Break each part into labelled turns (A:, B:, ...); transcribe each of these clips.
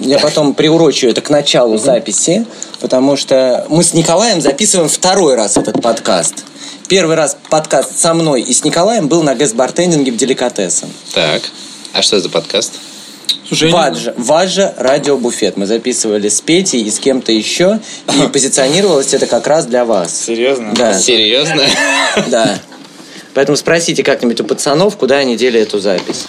A: Я потом приурочу это к началу записи, потому что мы с Николаем записываем второй раз этот подкаст. Первый раз подкаст со мной и с Николаем был на гест-бартендинге в деликатесом.
B: Так. А что за подкаст?
C: Слушай, я не знаю.
A: Ваджа, Ваджа радиобуфет. Мы записывали с Петей и с кем-то еще, и позиционировалось это как раз для вас.
D: Серьезно?
A: Да,
B: Серьезно?
A: да. Поэтому спросите как-нибудь у пацанов, куда они дели эту запись.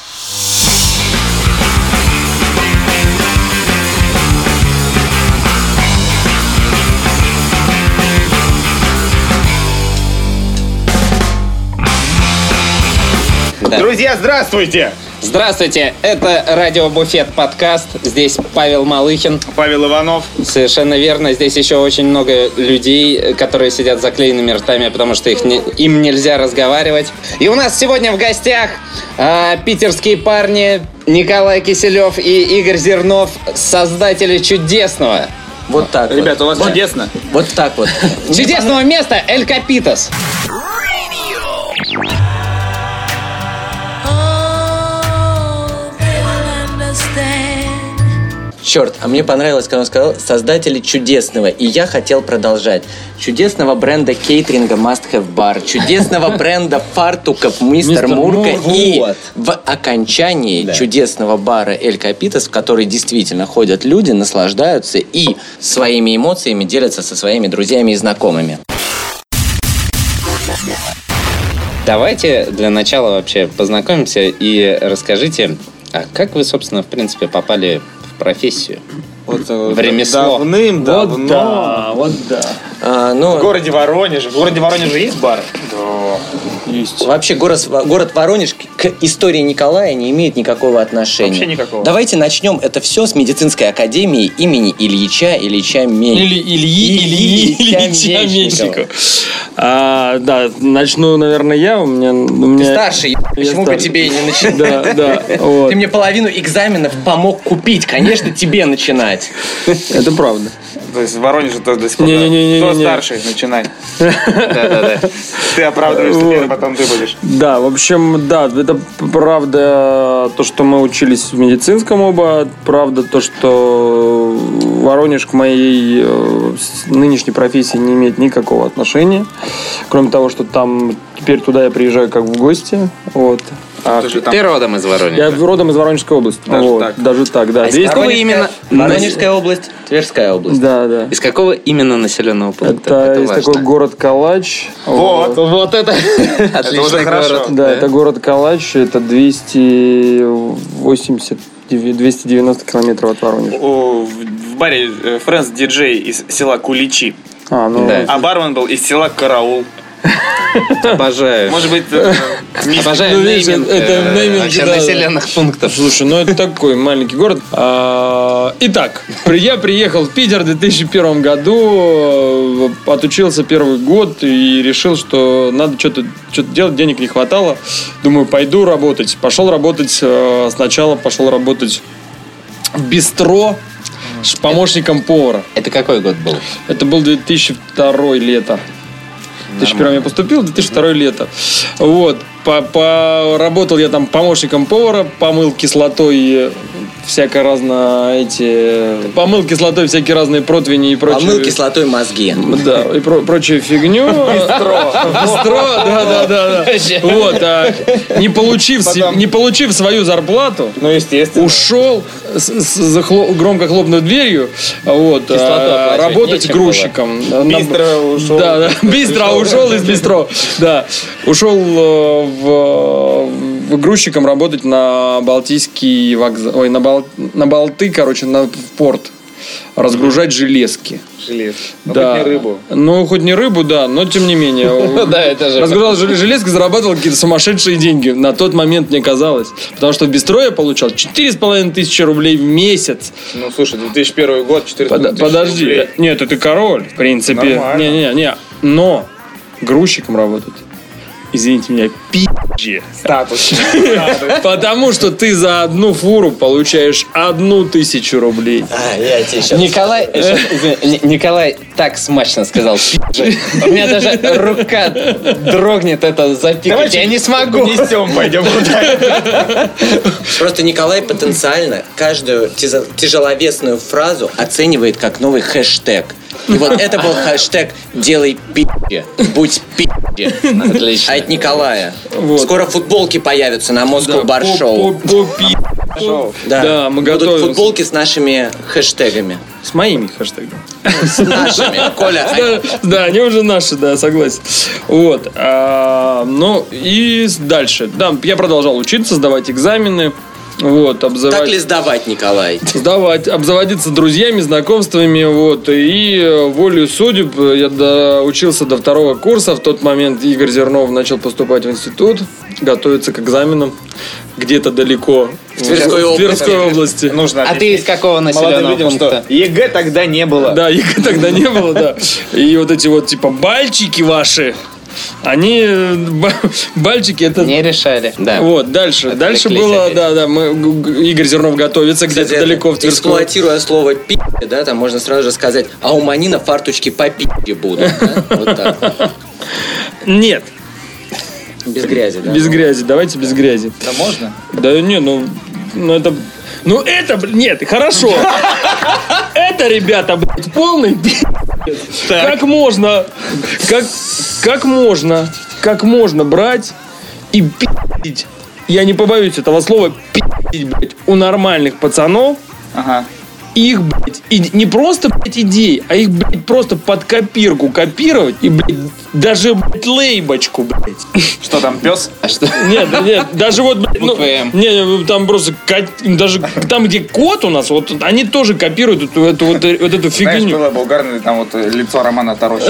A: Да.
D: Друзья, здравствуйте!
B: Здравствуйте, это Радио Буфет подкаст. Здесь Павел Малыхин.
D: Павел Иванов.
B: Совершенно верно. Здесь еще очень много людей, э, которые сидят с заклеенными ртами, потому что их не- им нельзя разговаривать. И у нас сегодня в гостях а, питерские парни Николай Киселев и Игорь Зернов, создатели чудесного,
A: Вот так вот.
C: Ребята, у вас чудесно.
A: Вот так вот.
B: чудесного места Эль Капитас.
E: Oh, they will understand.
A: Черт, а мне понравилось, когда он сказал создатели чудесного, и я хотел продолжать. Чудесного бренда кейтеринга Must Have Bar, чудесного бренда фартуков Мистер
C: Мистер
A: Мурка
C: Мурка.
A: и
B: Вот.
A: в окончании чудесного бара Эль Капитас, в который действительно ходят люди, наслаждаются и своими эмоциями делятся со своими друзьями и знакомыми.
B: Давайте для начала вообще познакомимся и расскажите, а как вы, собственно, в принципе, попали в профессию?
C: Вот,
B: В ремесло.
D: э, Давным-давно.
C: Вот да, вот да.
A: А,
D: В
A: ну,
D: городе Воронеж. В городе Воронеже есть бар? Да.
C: Есть.
A: Вообще город, город Воронеж к- к истории Николая не имеет никакого отношения.
D: Вообще никакого.
A: Давайте начнем это все с медицинской академии имени Ильича Ильича Мень.
C: Или Ильи, Ильи,
A: Ильича
C: Ильича
A: Мечникова.
C: Мечникова. А, да, начну, наверное, я. У меня, у меня...
A: Старший, е-
C: Я
A: почему бы
C: старше.
A: тебе и не начинать?
C: Да, да. вот.
A: Ты мне половину экзаменов помог купить, конечно, тебе начинать.
C: Это правда.
D: То есть в Воронеже тоже до сих пор.
C: Не-не-не-не-не.
D: Кто старший? Начинай. Да-да-да. Ты оправдываешься
C: Вот.
D: первым, потом ты будешь.
C: Да, в общем, да, это правда то, что мы учились в медицинском оба, правда то, что Воронеж к моей э, с- нынешней профессии не имеет никакого отношения, кроме того, что там теперь туда я приезжаю как в гости, вот. А
D: Ты же там-
B: Ты родом из
C: я
B: Воронежа.
C: родом из Воронежской области,
D: Даже
C: вот,
D: так?
C: даже так, да.
A: А из
C: Двести-
B: какого
A: Воронежская-
B: именно?
A: Воронежская область, Тверская область.
C: Да, да.
B: Из какого именно населенного пункта?
C: Это, есть
B: важно.
C: такой город Калач.
D: Вот.
B: Вот это
D: Это уже
B: отличный
D: хорошо.
B: город.
C: Да, это город Калач, это 280, 290 километров от Воронежа.
D: О, В в баре Фрэнс диджей из села Куличи.
C: А, ну,
B: Да.
D: А бармен был из села Караул.
B: Обожаю.
D: Может быть, э, мистик.
B: Обожаю
C: Ну, видишь,
B: нейминг,
C: это
B: э,
C: нейминг,
B: вообще
C: да.
B: населенных пунктов.
C: Слушай, ну это такой маленький город. А, Итак, при- я приехал в Питер в 2001 году, э, отучился первый год и решил, что надо что-то что делать, денег не хватало. Думаю, пойду работать. Пошел работать, э, сначала пошел работать в бистро с помощником повара.
B: Это какой год был?
C: Это был 2002 лето. В 2001 я поступил, в 2002 лето. Вот. По- Поработал я там помощником повара, помыл кислотой э, всяко разно эти... Помыл кислотой всякие разные противни и прочее.
A: Помыл кислотой мозги.
C: Да, и про- прочую фигню. Бистро. да, да, да. да. Вот, а, не получив, се- не получив свою зарплату,
D: Ну, естественно.
C: ушел, с- с- захло- громко хлопнув дверью, вот, а,
B: оплачивать
C: работать
B: нечем
C: грузчиком. На-
D: Быстро ушел.
C: Да, да, быстро ушел из бистро. Да, ушел э, в, в грузчиком работать на Балтийский вокзал, ой, на, Бал- на Балты, короче, на в порт. Разгружать железки.
D: Желез. Ну,
C: да.
D: хоть не рыбу.
C: Ну, хоть не рыбу, да, но тем не менее.
B: Да, это же-
C: Разгружал жел- железки, зарабатывал какие-то сумасшедшие деньги. На тот момент мне казалось. Потому что в бистро я получал 4,5 тысячи рублей в месяц.
D: Ну, слушай, 2001 год, 14
C: Под-
D: тысяч
C: подожди.
D: рублей.
C: Нет, это король, в принципе.
D: Нормально.
C: Не-не-не. Но грузчиком работать. извините меня, пи***е. Статус. Потому что ты за одну фуру получаешь одну тысячу рублей.
A: А, я тебе сейчас...
B: Николай, э, щас, извини, Ни- Николай так смачно сказал. «Пи***же». У меня даже рука дрогнет это запикать. Я не смогу.
D: Несем, пойдем
A: Просто Николай потенциально каждую тизо- тяжеловесную фразу оценивает как новый хэштег. И вот это был хэштег «Делай пи***е», «Будь пи***е».
B: Отлично.
A: А это Николая. Скоро футболки появятся на Москву Бар Шоу.
C: Баршоу. Да, мы
A: Будут
C: готовимся.
A: футболки с нашими хэштегами.
C: С моими хэштегами.
A: С нашими. Коля, а-
C: Да, да, они уже наши, да, согласен. Вот. а, ну и с- дальше. Да, я продолжал учиться, сдавать экзамены. Вот,
A: так ли
C: обзывать.
A: сдавать, Николай?
C: Сдавать, обзаводиться друзьями, знакомствами, вот, и э, волею судеб э, я доучился до второго курса, в тот момент Игорь Зернов начал поступать в институт, готовиться к экзаменам, где-то далеко, в
A: Тверской области.
C: Тверской области.
D: Нужно
B: А ты из какого
D: молодым
B: населенного
D: людям, что
B: пункта?
D: ЕГЭ тогда не
B: Типа.
D: было.
C: Да, их тогда не было, да. И вот эти вот, типа, бальчики ваши, они... э, ба- Бальчики это...
B: Не решали. Да.
C: Вот, дальше. дальше
B: Отвлеклись
C: было,
B: опять.
C: да, да, мы, г- г- Игорь Зернов готовится где-то
A: Кстати,
C: далеко в Тверской.
A: Эксплуатируя слово пи***, да, там можно сразу же сказать, а у Манина фарточки по пи***е будут. да? Вот так. вот.
C: Нет,
A: Без грязи, да?
C: без грязи, давайте без грязи.
D: Да А можно?
C: Да не, ну, ну это... Ну это, блин, нет, хорошо. Это, ребята, блядь, полный пи***ц. Как можно, как, как можно, как можно брать и пи***ть, я не побоюсь этого слова, пи***ть, блядь, у нормальных пацанов,
D: Ага.
C: их, блядь, и- не просто, блядь, идеи, а их, блядь, просто под копирку копировать и, блядь, даже, блядь, лейбочку, блядь.
D: Что там, пес?
B: А что?
C: Нет, нет, даже вот, блин, ну,
B: Буквы М.
C: не, ну, там просто, кот- даже там, где кот у нас, вот они тоже копируют эту, эту вот, э, вот эту
D: Знаешь,
C: фигню.
D: было бы угарно, там вот э, лицо Романа Тарощи.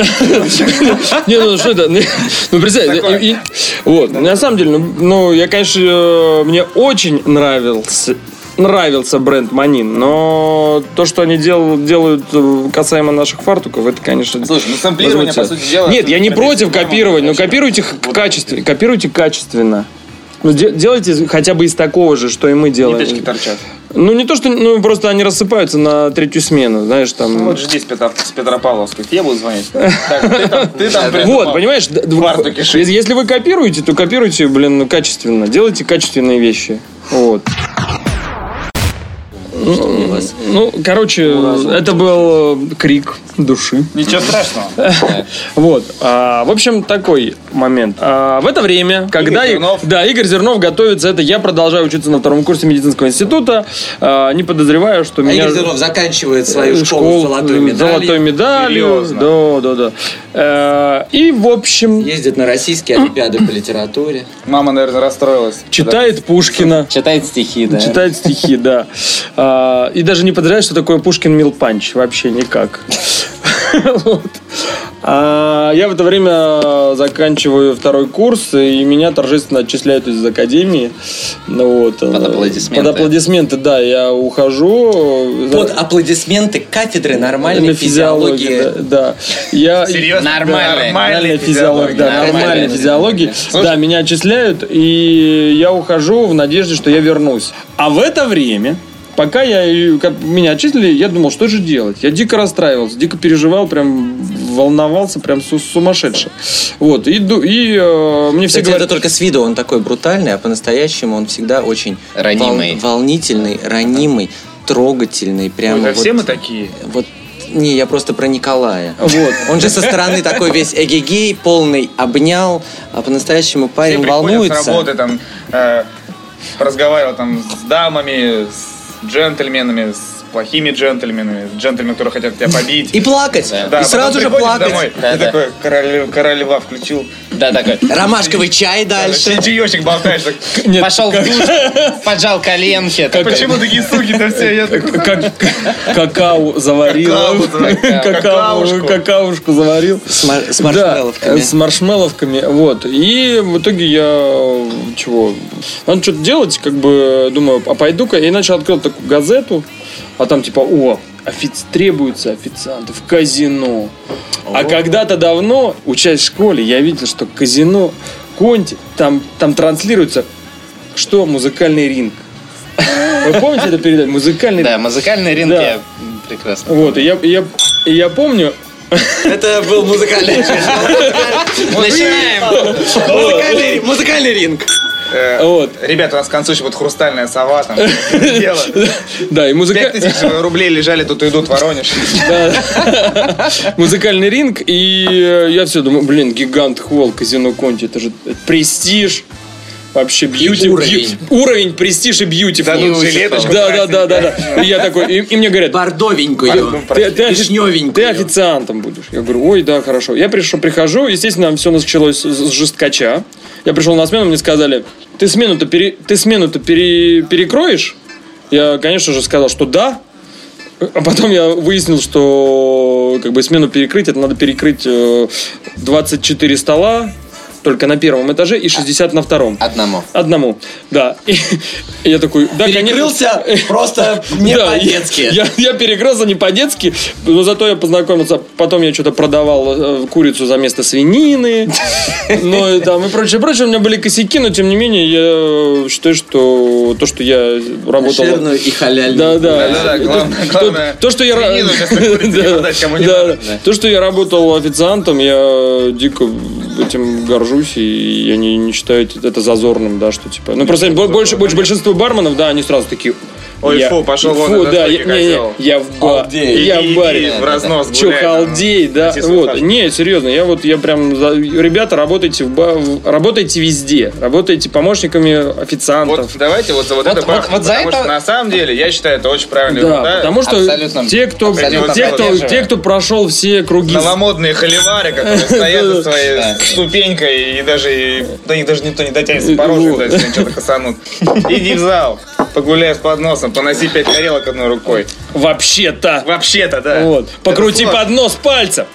C: Не, ну что это, ну представь,
D: Такое.
C: и- и- вот, на самом деле, ну, ну, я, конечно, э, мне очень нравился, нравился бренд Манин, но то, что они дел- делают э, касаемо наших фартуков, это, конечно...
D: Слушай, ну сэмплирование, по
C: возмутило.
D: сути дела...
C: Нет, я не
D: это
C: против
D: прямо,
C: копировать, ну, но
D: конечно.
C: копируйте х- качестве, копируйте качественно. Ну, де- делайте хотя бы из такого же, что и мы делаем.
D: Ниточки торчат.
C: Ну, не то, что... Ну, просто они рассыпаются на третью смену, знаешь, там...
D: Ну, Вот жди с, Петро- с Петропавловской, я буду звонить. Так, ты там, ты там придумал.
C: Вот, понимаешь, д- д-
D: Фартуки
C: е-
D: шить.
C: если вы копируете, то копируйте, блин, ну, качественно. Делайте качественные вещи. Вот. Ну, короче, это был э, крик души.
D: Ничего страшного.
C: Вот. А, в общем, такой момент. А, в это время, когда... и-
D: Зернов.
C: Да, Игорь Зернов готовится. Это я продолжаю учиться на втором курсе медицинского института. а, не подозреваю, что
A: А
C: меня...
A: Игорь Зернов заканчивает свою школу
C: школу
A: с золотой медалью.
C: золотой медалью. Да, да, да. Э, И, в общем,
A: Ездит на российские олимпиады по литературе.
D: Мама, наверное, расстроилась.
C: читает Пушкина.
B: Читает стихи, да.
C: Читает стихи, да. А, И даже не подозревает, что такое Пушкин Мил Панч. Вообще никак. Вот. А, Я в это время заканчиваю второй курс, и меня торжественно отчисляют из академии. Ну вот, э,
B: аплодисменты.
C: Под аплодисменты, да. Я ухожу.
A: Под аплодисменты кафедры нормальной
C: На физиологии,
A: физиологии.
C: Да. Я,
B: Нормальный.
C: Нормальная физиология, да,
B: Нормальная
C: нормальная
B: физиология.
C: физиология. Да, меня отчисляют, и я ухожу в надежде, что я вернусь. А в это время, пока я, и- как меня отчислили, я думал, что же делать? Я дико расстраивался, дико переживал, прям волновался, прям су- сумасшедший. Вот, иду, и э, мне все
A: Кстати, это
C: говорят...
A: только с виду он такой брутальный, а по-настоящему он всегда очень
B: Ранимый.
A: вол- волнительный, ранимый, трогательный. Прямо
D: Это
A: вот,
D: все мы такие.
A: вот- не, я просто про Николая.
C: Вот.
A: Он же со стороны такой весь эгегей, полный обнял, а по-настоящему
D: Все
A: парень
D: приходят с
A: волнуется.
D: работы, там, э, разговаривал там с дамами, с джентльменами, с плохими джентльменами, с джентльменами, которые хотят тебя побить.
A: И плакать.
D: Да,
A: и
D: потом
A: сразу же
D: приходишь
A: плакать.
D: Домой,
B: Да,
D: ты
B: да.
D: такой король, король льва включил.
B: Да, такой.
A: Ромашковый чай дальше.
D: Дальше. Чаечек болтаешь. так,
C: Нет,
B: Пошел в душ, поджал коленки. такой.
D: Почему такие суки-то все? Я такой,
C: как- какао заварил.
D: Какао, да,
C: Какао-
D: какаушку.
C: Какаушку заварил.
A: С, мар- с
C: Да,
A: маршмелловками.
C: с маршмелловками, вот. И в итоге я чего? Надо что-то делать, как бы думаю, а пойду-ка. И начал открыл такую газету, а там типа, о, офиц... требуются официанты в казино. А когда-то давно, учась в школе, я видел, что казино Конти, там, там транслируется, что музыкальный ринг. Вы помните эту передачу? Музыкальный
B: Да,
C: ринг.
B: музыкальный ринг
C: Да.
B: я м, прекрасно.
C: Вот, и я, и я, и я помню,
A: Это был музыкальный
B: Начинаем!
A: музыкальный- музыкальный ринг.
D: Э,
C: вот,
D: Ребята, у нас к концу еще будет хрустальная сова там. Дело.
C: да, и музыка...
D: 5000 рублей лежали, тут идут, воронишь.
C: музыкальный ринг, и э, я все думаю, блин, гигант холл, казино Конти, это же престиж, вообще бьюти,
A: уровень.
C: бью- уровень, престиж и бьюти.
D: Дадут жилеточку.
C: Да, да, да, да, да. И я такой, и, и мне говорят,
A: Бордовенькую.
C: ты, ты офи-
A: Вишневенькую.
C: ты официантом будешь. Я говорю, ой, да, хорошо. Я пришел, прихожу, естественно, все началось с, с жесткача. Я пришел на смену, мне сказали, ты смену-то, пере- ты смену-то пере- перекроешь? Я, конечно же, сказал, что да. А потом я выяснил, что как бы смену перекрыть, это надо перекрыть э, 24 стола, только на первом этаже и 60 на втором.
B: А-
A: Одному.
C: Одному, да. И я такой, да, конечно.
A: Перекрылся просто не
C: Да,
A: по-детски.
C: Я, я перегрелся не по-детски, но зато я познакомился. Потом я что-то продавал э, курицу за место свинины, ну и там и прочее, прочее. У меня были косяки, но тем не менее я э, считаю, что то, что я работал...
A: Душевную и
C: Да,
A: халяльную.
C: да.
D: Да-да-да,
C: То-
D: главное-
C: то-
D: главное,
C: То, что я ра-
D: свинину вместо курицы не
C: Да,
D: продать, кому не
C: да,
D: надо.
C: да. То, что я работал официантом, я дико этим горжусь, и я не, не считаю это зазорным, да, что типа. Ну просто бо- больше, больше большинство барменов, да, они сразу такие.
D: Ой,
C: я-
D: фу, пошел вон,
C: Фу,
D: это
C: да,
D: стойки
C: я, не, не,
D: козел.
C: я в ба-
A: Халдей.
C: я
D: Иди,
C: в баре.
D: иди, В разнос а?
C: Че,
D: гуляй там.
C: халдей, да.
D: Соси свой
C: Вот.
D: фарш.
C: Не, серьезно, я вот я прям за- Ребята, работайте в ба- в- работайте везде. Работайте помощниками официантов.
D: Вот давайте вот за вот
B: Вот-
D: это
B: вот-
D: бахнем,
B: вот за
D: потому
B: это-
D: что на самом деле я считаю это очень правильный
C: Да,
D: ход,
C: потому что
B: Абсолютно.
C: те, кто,
D: Абсолютно
C: те, кто,
B: поддерживаю.
C: те, кто прошел все круги,
D: Новомодные холивары, которые стоят за своей ступенькой, и даже и- до них даже никто не дотянется по роже,
C: Вот.
D: даже если они что-то косанут. Иди в зал, погуляй с подносом, поноси пять тарелок одной рукой.
C: вообще-то,
D: Вообще-то, да.
C: вот, покрути
D: сложно.
C: под нос пальцем.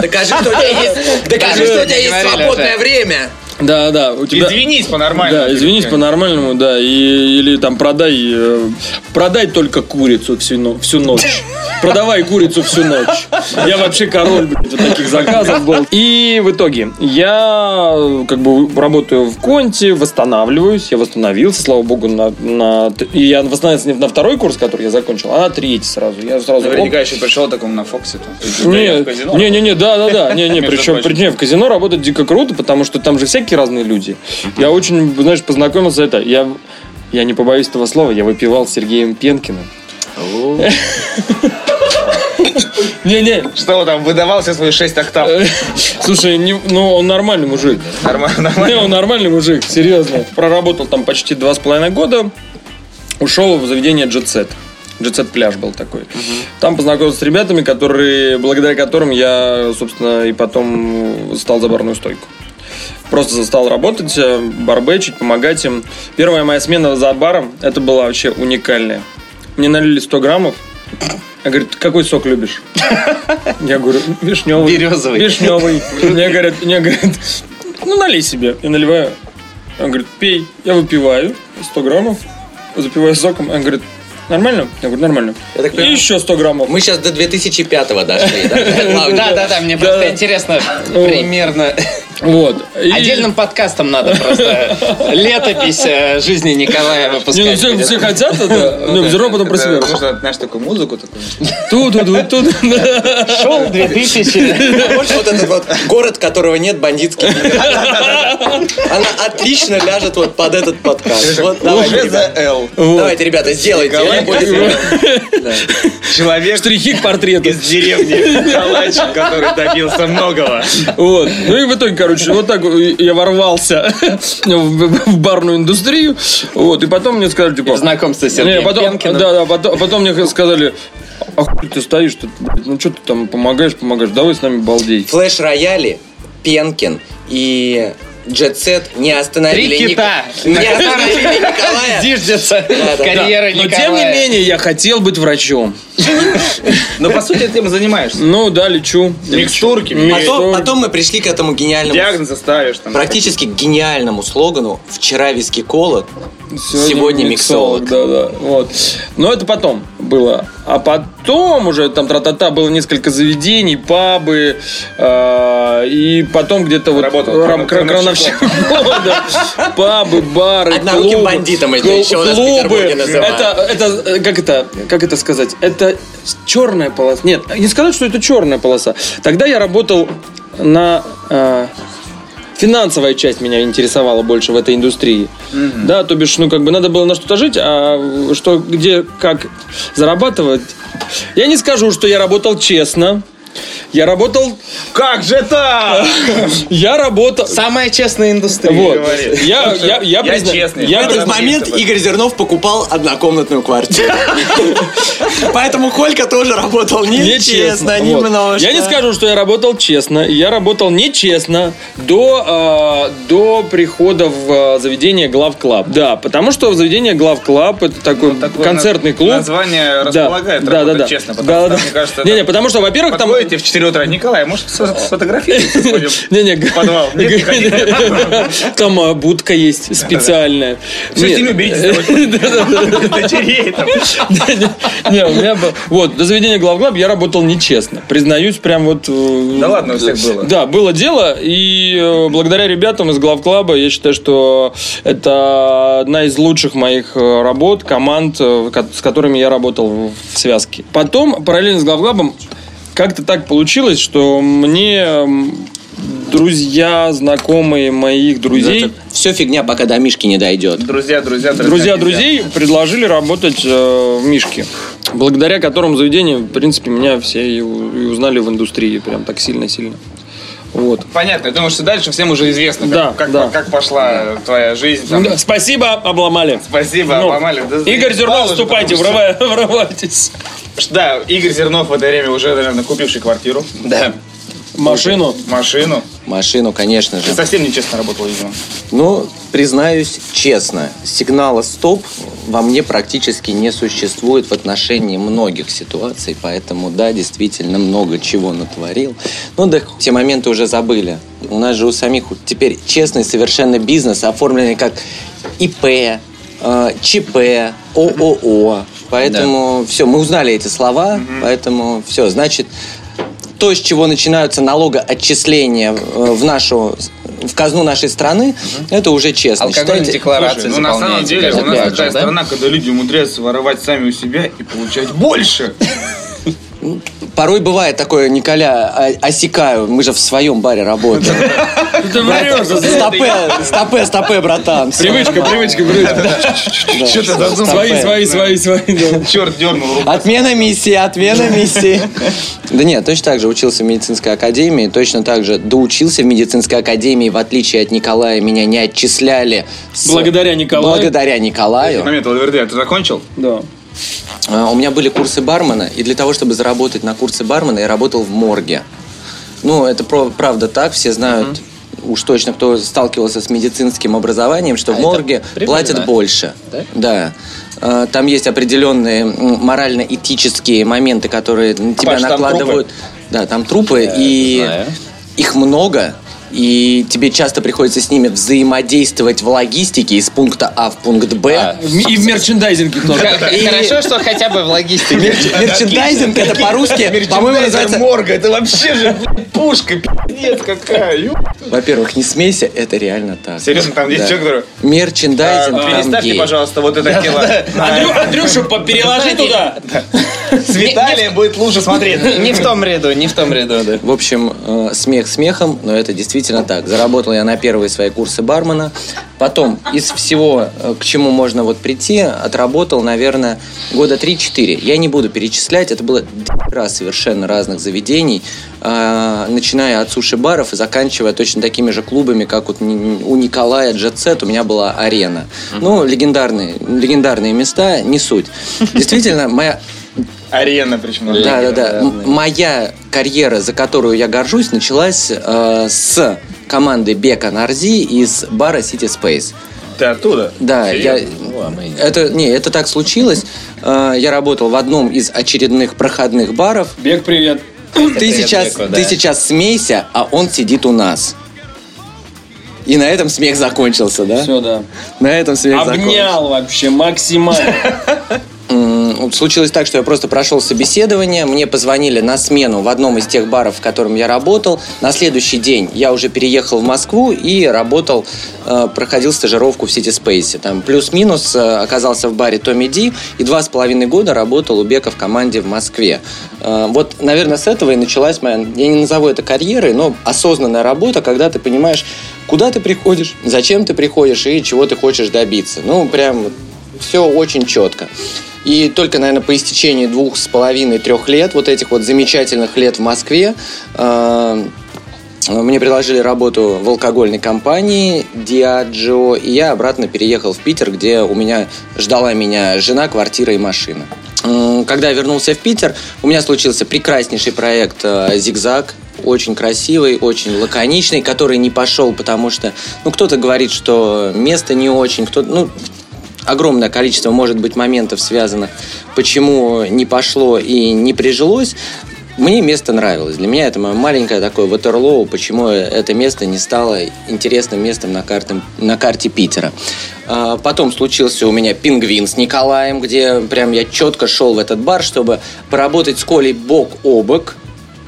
A: Докажи, что у тебя есть- докажи, что у тебя есть
B: Говорили
A: свободное
B: уже.
A: время.
C: Да, да, у тебя...
D: Извинись по-нормальному.
C: Да, извинись по-нормальному, да, и, или там продай, э, продай только курицу всю, но- всю ночь. Продавай курицу всю ночь. Я вообще король блядь, вот таких заказов был. И в итоге я э, как бы работаю в Конте, восстанавливаюсь, я восстановился, слава богу, на, на т- и я восстановился не на второй курс, который я закончил, а на третий сразу. Я сразу оп,
D: Наверняка еще пришел таком на Фоксе. там.
C: не,
D: В казино.
C: не, не, не, да, да, да, не, не,
D: Между
C: причем,
D: прочим.
C: причем в казино работать дико круто, потому что там же всякие разные люди. Я очень, знаешь, познакомился это, я, я не побоюсь этого слова, я выпивал с Сергеем Пенкиным. Не, не,
D: Что он там, выдавал все свои шесть
C: Э,
D: октав.
C: слушай, не- ну он нормальный мужик.
D: Нормально,
C: Не,
D: нормально.
C: он нормальный мужик, серьезно. Проработал там почти два с половиной года, ушел в заведение джетсет. Джетсет пляж был такой. Там познакомился с ребятами, которые, благодаря которым я, собственно, и потом стал за барную стойку. Просто стал работать, э, барбечить, помогать им. Первая моя смена за баром, это была вообще уникальная. Мне налили 100 граммов. Я говорю, ты какой сок любишь? Я говорю, вишневый.
B: Березовый.
C: Вишневый. Мне говорят, мне говорят, ну налей себе. Я наливаю. Он говорит, пей. Я выпиваю 100 граммов, запиваю соком. Он говорит, нормально? Я говорю, нормально.
A: Я так
C: И
A: понимаю,
C: еще 100 граммов.
A: Мы сейчас до 2005 дошли. да, Клавдия?
B: Да, да, да, мне
C: Да.
B: просто интересно примерно.
C: Вот. И-
B: Отдельным подкастом надо просто летопись э, жизни Николая
C: Не, ну все,
B: выпускать.
C: все хотят это. Ну, все равно потом про себя.
D: Это, Можно, знаешь, такую музыку такую.
C: Тут, тут, тут, тут.
B: Шел 2000.
A: Больше вот этот вот город, которого нет, бандитский мир. Она отлично ляжет вот под этот подкаст. Вот давайте,
D: Уже за
A: ребята.
D: Л.
A: Давайте, ребята, сделайте.
D: Николай
A: Я больше-
D: Человек
C: Штрихи к портрету.
D: из деревни Калач, который добился многого.
C: Вот. Ну и в итоге, короче, вот так я ворвался в в барную индустрию. Вот. И потом мне сказали, типа...
B: Знакомство с
C: Не,
B: Сергеем
C: потом,
B: Пенкиным.
C: да, да, потом, потом мне сказали, а хуй ты стоишь, ты, блядь, ну что ты там помогаешь, помогаешь, давай с нами балдей.
A: Флэш-рояли, Пенкин и Джетсет не остановили
B: Три
A: Ник-
B: кита,
A: Не
B: на
A: остановили Николая.
B: Зиждется
A: да.
B: карьера
C: Но
B: Николая.
C: тем не менее, я хотел быть врачом.
D: Но по сути этим и занимаешься.
C: Ну да, лечу.
D: Микстурки.
A: Потом, потом а мы пришли к этому гениальному,
D: Диагнозы ставишь там.
A: практически гениальному слогану «Вчера вискиколог, сегодня, миксолог».
C: Да, да. Вот. Но это потом. было. А потом уже там тра-та-та было несколько заведений, пабы, э, и потом где-то вот
D: Работал
C: рам- кра-
D: кран- крановщиком.
C: крановщиком года. пабы, бары,
A: Одноруким
C: клубы,
A: бандитом это
C: кл-
A: еще у нас в Петербурге называют.
C: Это, это, э, как это, как это сказать? Это черная полоса. Нет, не сказать, что это черная полоса. Тогда я работал на э, финансовая часть меня интересовала больше в этой индустрии. Да, то бишь, ну, как бы надо было на что-то жить, а что, где, как зарабатывать. Я не скажу, что я работал честно. Я работал...
D: Как же так?
C: Я работал...
B: Самая честная индустрия.
C: Вот.
D: говорит.
C: Я, я,
D: Я
C: я, призна-
D: честный.
A: В
C: Я,
A: этот
C: призна-
A: момент Игорь Зернов покупал однокомнатную квартиру. Поэтому Колька тоже работал нечестно,
C: Нечестно. Вот.
A: немножко.
C: Я не скажу, что я работал честно. Я работал нечестно до, э, до прихода в э, заведение Глав Клаб. Да, потому что заведение Глав Клаб это такой
D: такое
C: концертный
D: наз-
C: клуб.
D: название
C: Да,
D: располагает
C: да, да,
D: работать
C: да.
D: честно, потому
C: Да,
D: что,
C: да.
D: мне кажется,
C: Не, не,
D: это-
C: потому что, во-первых, там...
D: Подходите в 4 утра. Николай, может, сфо- сфотографируемся? Сходим
C: Не-не,
D: в подвал. Нет, не хотите?
C: там э, будка есть специальная.
D: Всю
C: Нет.
D: семью берите с собой. Дочерей там.
C: Не, не, не, у меня был- Вот, до заведения главглаб я работал нечестно. Признаюсь, прям вот... э,
D: Да ладно, у всех было.
C: Да, было дело, и э, благодаря ребятам из главклаба я считаю, что это одна из лучших моих э, работ, команд, э, ко- с которыми я работал в в связке. Потом, параллельно с главклабом, как-то так получилось, что мне м, друзья, знакомые моих друзей...
A: Все фигня, пока до Мишки не дойдет.
D: Друзья, друзья,
C: Друзья друзей предложили работать э, в Мишке, благодаря которому заведению, в принципе, меня все и, у- и узнали в индустрии прям так сильно-сильно. Вот.
D: Понятно, я думаю, что дальше всем уже известно, как,
C: Да,
D: как,
C: да.
D: как пошла твоя жизнь. там.
C: Да, Спасибо, обломали.
D: Спасибо,
C: Ну,
D: обломали. Да
C: Игорь
D: заебало
C: Зернов,
D: же,
C: вступайте,
D: потому
C: врывай- врывайтесь.
D: что- Да, Игорь Зернов в это время уже, наверное, купивший квартиру,
A: Да.
C: Машину.
D: машину.
A: Машину, конечно же.
D: Ты совсем нечестно работал, видимо.
A: Ну, признаюсь честно, сигнала «стоп» во мне практически не существует в отношении многих ситуаций, поэтому, да, действительно много чего натворил. Ну, да, те моменты уже забыли. У нас же у самих теперь честный совершенно бизнес, оформленный как ИП, э, ЧП, ООО. Поэтому все, мы узнали эти слова, поэтому все, значит, то, с чего начинаются налогоотчисления э, в нашу в казну нашей страны, это уже
D: А
A: честно.
B: Алкогольные
A: Считайте-
B: декларации
D: ну, на самом
B: заполняете
D: деле, у
B: каждый
D: нас
B: год,
D: такая
B: да?
D: страна, когда люди умудряются воровать сами у себя и получать больше.
A: Порой бывает такое, Николя, а- осекаю, мы же в своем баре работаем.
C: Ты врешь,
A: Стопе, стопе, стопе, братан. всё.
C: Привычка, привычка, привычка.
D: Что-то задумал.
C: Свои, свои, свои, свои. да.
D: Черт дернул руку.
A: Отмена миссии, отмена миссии. Да нет, точно так же учился в медицинской академии, точно так же доучился в медицинской академии, в отличие от Николая, меня не отчисляли. с-
C: Благодаря Николаю.
A: Благодаря Николаю.
D: Момент, Лавердея, ты закончил?
C: Да.
A: А, У меня были курсы бармена, и для того, чтобы заработать на курсы бармена, я работал в морге. Ну, это про- правда так, все знают. Уж точно, кто сталкивался с медицинским образованием, что в морге
B: прибыльно?
A: платят больше. Да. А, Там есть определенные м, морально-этические моменты, которые на тебя
D: Паш, там
A: накладывают. да, там трупы, и
B: знаю.
A: их много. И тебе часто приходится с ними взаимодействовать в логистике из пункта А в пункт Б.
B: А,
C: В- И в мерчендайзинге тоже.
B: Как- Хорошо, что хотя бы в логистике.
A: Мерч- Мерчендайзинг это по-русски, по-моему, называется...
D: морга, это вообще же блядь, пушка, пиздец какая. ё-
A: Во-первых, не смейся, это реально так.
D: Серьезно, там есть
A: Да.
D: человек, который... «А,
A: Мерчендайзинг там
D: Переставьте,
A: гей.
D: пожалуйста, вот это тело.
C: Андрю- Андрюшу, по- переложи туда.
D: С Виталием будет лучше смотреть.
B: Не в том ряду, не в том ряду, да.
A: В общем, э, смех смехом, но это действительно так. Заработал я на первые свои курсы бармена. Потом из всего, э, к чему можно вот прийти, отработал, наверное, года 3-4. Я не буду перечислять, это было раз совершенно разных заведений, э, начиная от суши-баров и заканчивая точно такими же клубами, как вот ни- у Николая Джетсет у меня была арена. Ну, легендарные, легендарные места, не суть. Действительно, моя
D: Арена причем.
A: да, да, да.
D: Ну,
A: М- Моя карьера, за которую я горжусь, началась э, с команды Бека Нарзи из бара City Space.
D: Ты оттуда?
A: Да, я,
D: Серьезно?
A: это, Ну, а не, это так случилось. Э, я работал в одном из очередных проходных баров.
C: Бег, привет.
A: Ты сейчас,
B: Беку, да.
A: ты сейчас смейся, а он сидит у нас. И на этом смех закончился, да?
C: Все, да.
A: На этом смех закончился.
C: Обнял вообще максимально.
A: М, Вот Случилось так, что я просто прошел собеседование, мне позвонили на смену в одном из тех баров, в котором я работал. На следующий день я уже переехал в Москву и работал, э, проходил стажировку в City Space. Там плюс-минус э, оказался в баре Томми Ди и два с половиной года работал у Бека в команде в Москве. Э, Вот, наверное, с этого и началась моя, я не назову это карьерой, но осознанная работа, когда ты понимаешь, куда ты приходишь, зачем ты приходишь и чего ты хочешь добиться. Ну, прям все очень четко. И только, наверное, по истечении двух с половиной-трех лет, вот этих вот замечательных лет в Москве, э, мне предложили работу в алкогольной компании Diageo, и я обратно переехал в Питер, где у меня ждала меня жена, квартира и машина. М, Когда я вернулся в Питер, у меня случился прекраснейший проект э, «Зигзаг», очень красивый, очень лаконичный, который не пошел, потому что, ну, кто-то говорит, что место не очень, кто-то, ну, огромное количество, может быть, моментов связанных, почему не пошло и не прижилось. Мне место нравилось. Для меня это мое маленькое такое Ватерлоу, почему это место не стало интересным местом на, карте- на карте Питера. А, Потом случился у меня пингвин с Николаем, где прям я четко шел в этот бар, чтобы поработать с Колей бок о бок,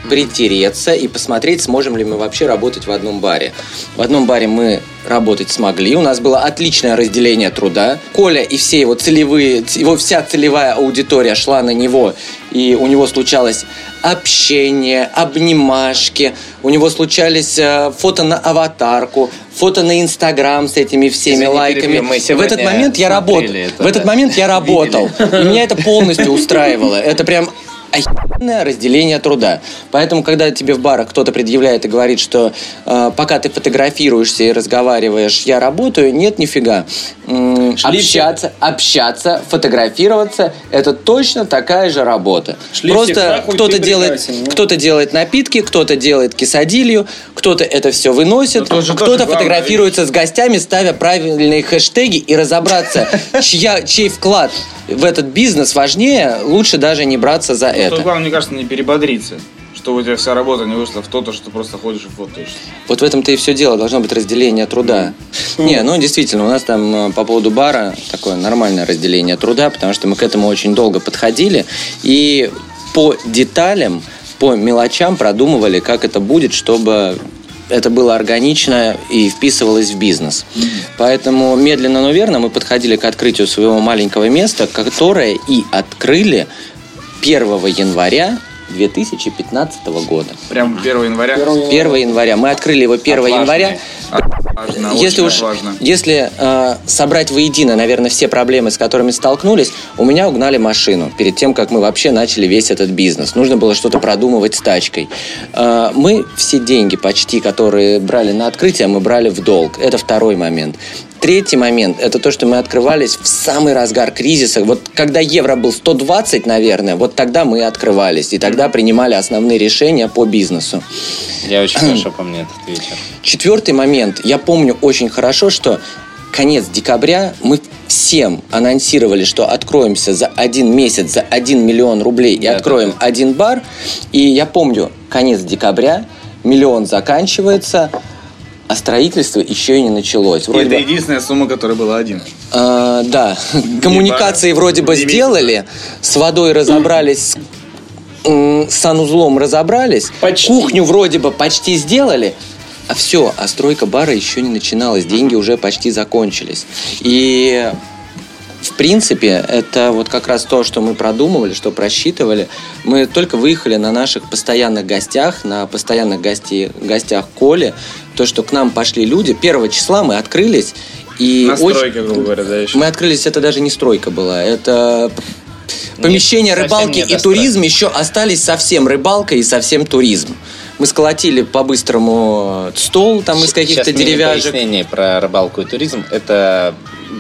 A: притереться и посмотреть, сможем ли мы вообще работать в одном баре. В одном баре мы работать смогли. У нас было отличное разделение труда. Коля и все его целевые, его вся целевая аудитория шла на него, и у него случалось общение, обнимашки, у него случались э, фото на аватарку, фото на Инстаграм с этими всеми
B: Извини,
A: лайками.
B: перебью, мы
A: в
B: сегодня
A: этот момент я работал.
B: смотрели это,
A: в этот
B: да.
A: момент я работал. И меня это полностью устраивало. Это прям охеренное разделение труда. Поэтому, когда тебе в барах кто-то предъявляет и говорит, что э, пока ты фотографируешься и разговариваешь, я работаю, нет, нифига. М,
C: Шли все.
A: общаться, общаться, фотографироваться – это точно такая же работа.
C: Шли все к
A: Просто
C: нахуй,
A: кто-то
C: ты
A: делает,
C: прекрасен, ну.
A: кто-то делает напитки, кто-то делает кисадилью, кто-то это все выносит,
D: Ну, тоже- тоже
A: кто-то
D: главное,
A: фотографирует консультируются с гостями, ставя правильные хэштеги и разобраться, чья, чей вклад в этот бизнес важнее, лучше даже не браться за
D: Тут
A: это.
D: главное, мне кажется, не перебодриться. Что у тебя вся работа не вышла в то, то, что ты просто ходишь и фотоешься.
A: Вот в этом-то и все дело, должно быть разделение труда. Не, ну действительно, у нас там э, по поводу бара такое нормальное разделение труда, потому что мы к этому очень долго подходили и по деталям, по мелочам продумывали, как это будет, чтобы это было органично и вписывалось в бизнес. Поэтому медленно, но верно мы подходили к открытию своего маленького места, которое и открыли 1 января 2015 года.
D: Прям 1 января. А,
A: 1 января. Мы открыли его 1
B: Отважный.
A: января.
D: Важно,
A: Если
D: очень
A: уж
D: важно.
A: если э, собрать воедино, наверное, все проблемы, с которыми столкнулись, у меня угнали машину перед тем, как мы вообще начали весь этот бизнес. Нужно было что-то продумывать с тачкой. Э, мы все деньги почти, которые брали на открытие, мы брали в долг. Это второй момент. Третий момент – это то, что мы открывались в самый разгар кризиса. Вот когда евро был 120, наверное, вот тогда мы и открывались. И тогда принимали основные решения по бизнесу.
B: Я очень хорошо помню этот вечер.
A: Четвертый момент. Я помню очень хорошо, что конец декабря мы всем анонсировали, что откроемся за один месяц, за 1 миллион рублей и
B: Да,
A: откроем
B: да,
A: один бар. И я помню, конец декабря, миллион заканчивается, а строительство еще и не началось.
D: И
A: Вроде
D: это
A: бы,
D: единственная сумма, которая была один.
A: э, да, коммуникации вроде бы
D: Не месяц.
A: сделали, с водой разобрались, с м, с санузлом разобрались,
C: Почти.
A: кухню вроде бы почти сделали, а все, а стройка бара еще не начиналась, деньги уже почти закончились. И в принципе, это вот как раз то, что мы продумывали, что просчитывали. Мы только выехали на наших постоянных гостях, на постоянных гости, гостях Коли, то, что к нам пошли люди. Первого числа мы открылись, и очень-
D: Настройки, грубо говоря, да, еще.
A: мы открылись, это даже не стройка была, это помещение
B: совсем
A: рыбалки
B: не
A: и
B: достроили.
A: туризм еще остались совсем рыбалка и совсем туризм. Мы сколотили по-быстрому стол там из
B: Щ- щас
A: каких-то
B: мне
A: деревяжек.
B: Пояснение про рыбалку и туризм. Это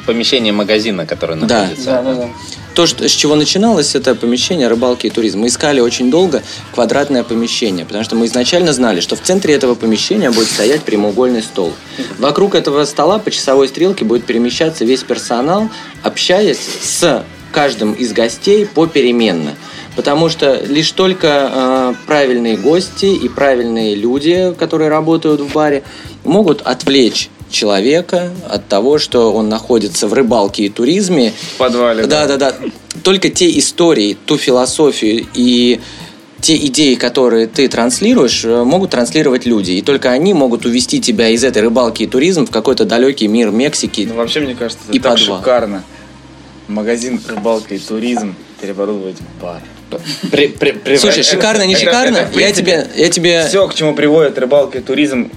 B: помещение магазина, которое
A: Да.
B: находится.
A: То, что, с чего начиналось, это помещение рыбалки и туризма. Мы искали очень долго квадратное помещение, потому что мы изначально знали, что в центре этого помещения будет стоять прямоугольный стол. Вокруг этого стола по часовой стрелке будет перемещаться весь персонал, общаясь с каждым из гостей попеременно. Потому что лишь только э, правильные гости и правильные люди, которые работают в баре, могут отвлечь человека от того, что он находится в рыбалке и туризме
D: В подвале.
A: да, да, да. только те истории, ту философию и те идеи, которые ты транслируешь, э, могут транслировать люди. И только они могут увести тебя из этой рыбалки и туризм в какой-то далекий мир Мексики.
D: Ну, вообще, мне кажется, это
A: И
D: так
A: по два.
D: шикарно. Магазин «Рыбалка и туризм» переоборудовать в
A: Э.
D: бар.
B: При- при- при-
A: Слушай,
D: это-
A: шикарно, не
D: это-
A: шикарно?
D: это, в
A: я
D: принципе,
A: тебе, я тебе
D: Все, к чему приводит «Рыбалка и туризм»,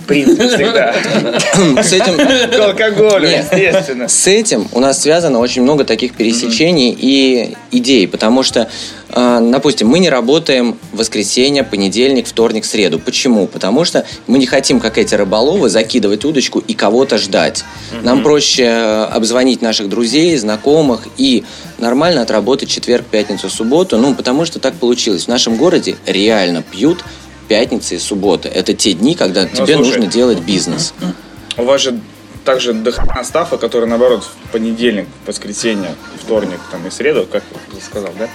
D: в принципе, всегда.
A: с этим
D: К алкоголю,
A: Нет.
D: естественно.
A: С этим у нас связано очень много таких пересечений и идей, потому что, э, допустим, мы не работаем в воскресенье, понедельник, вторник, среду. Почему? Потому что мы не хотим, как эти рыболовы, закидывать удочку и кого-то ждать. Нам проще э, обзвонить наших друзей, знакомых и нормально отработать четверг, пятницу, субботу, ну, потому что так получилось. В нашем городе реально пьют пятницы и субботы. Это те дни, когда тебе
D: слушай.
A: нужно делать бизнес.
D: У вас же также дохрена стафа, который, наоборот, в понедельник, в воскресенье, вторник там, и среду, как ты сказал, да?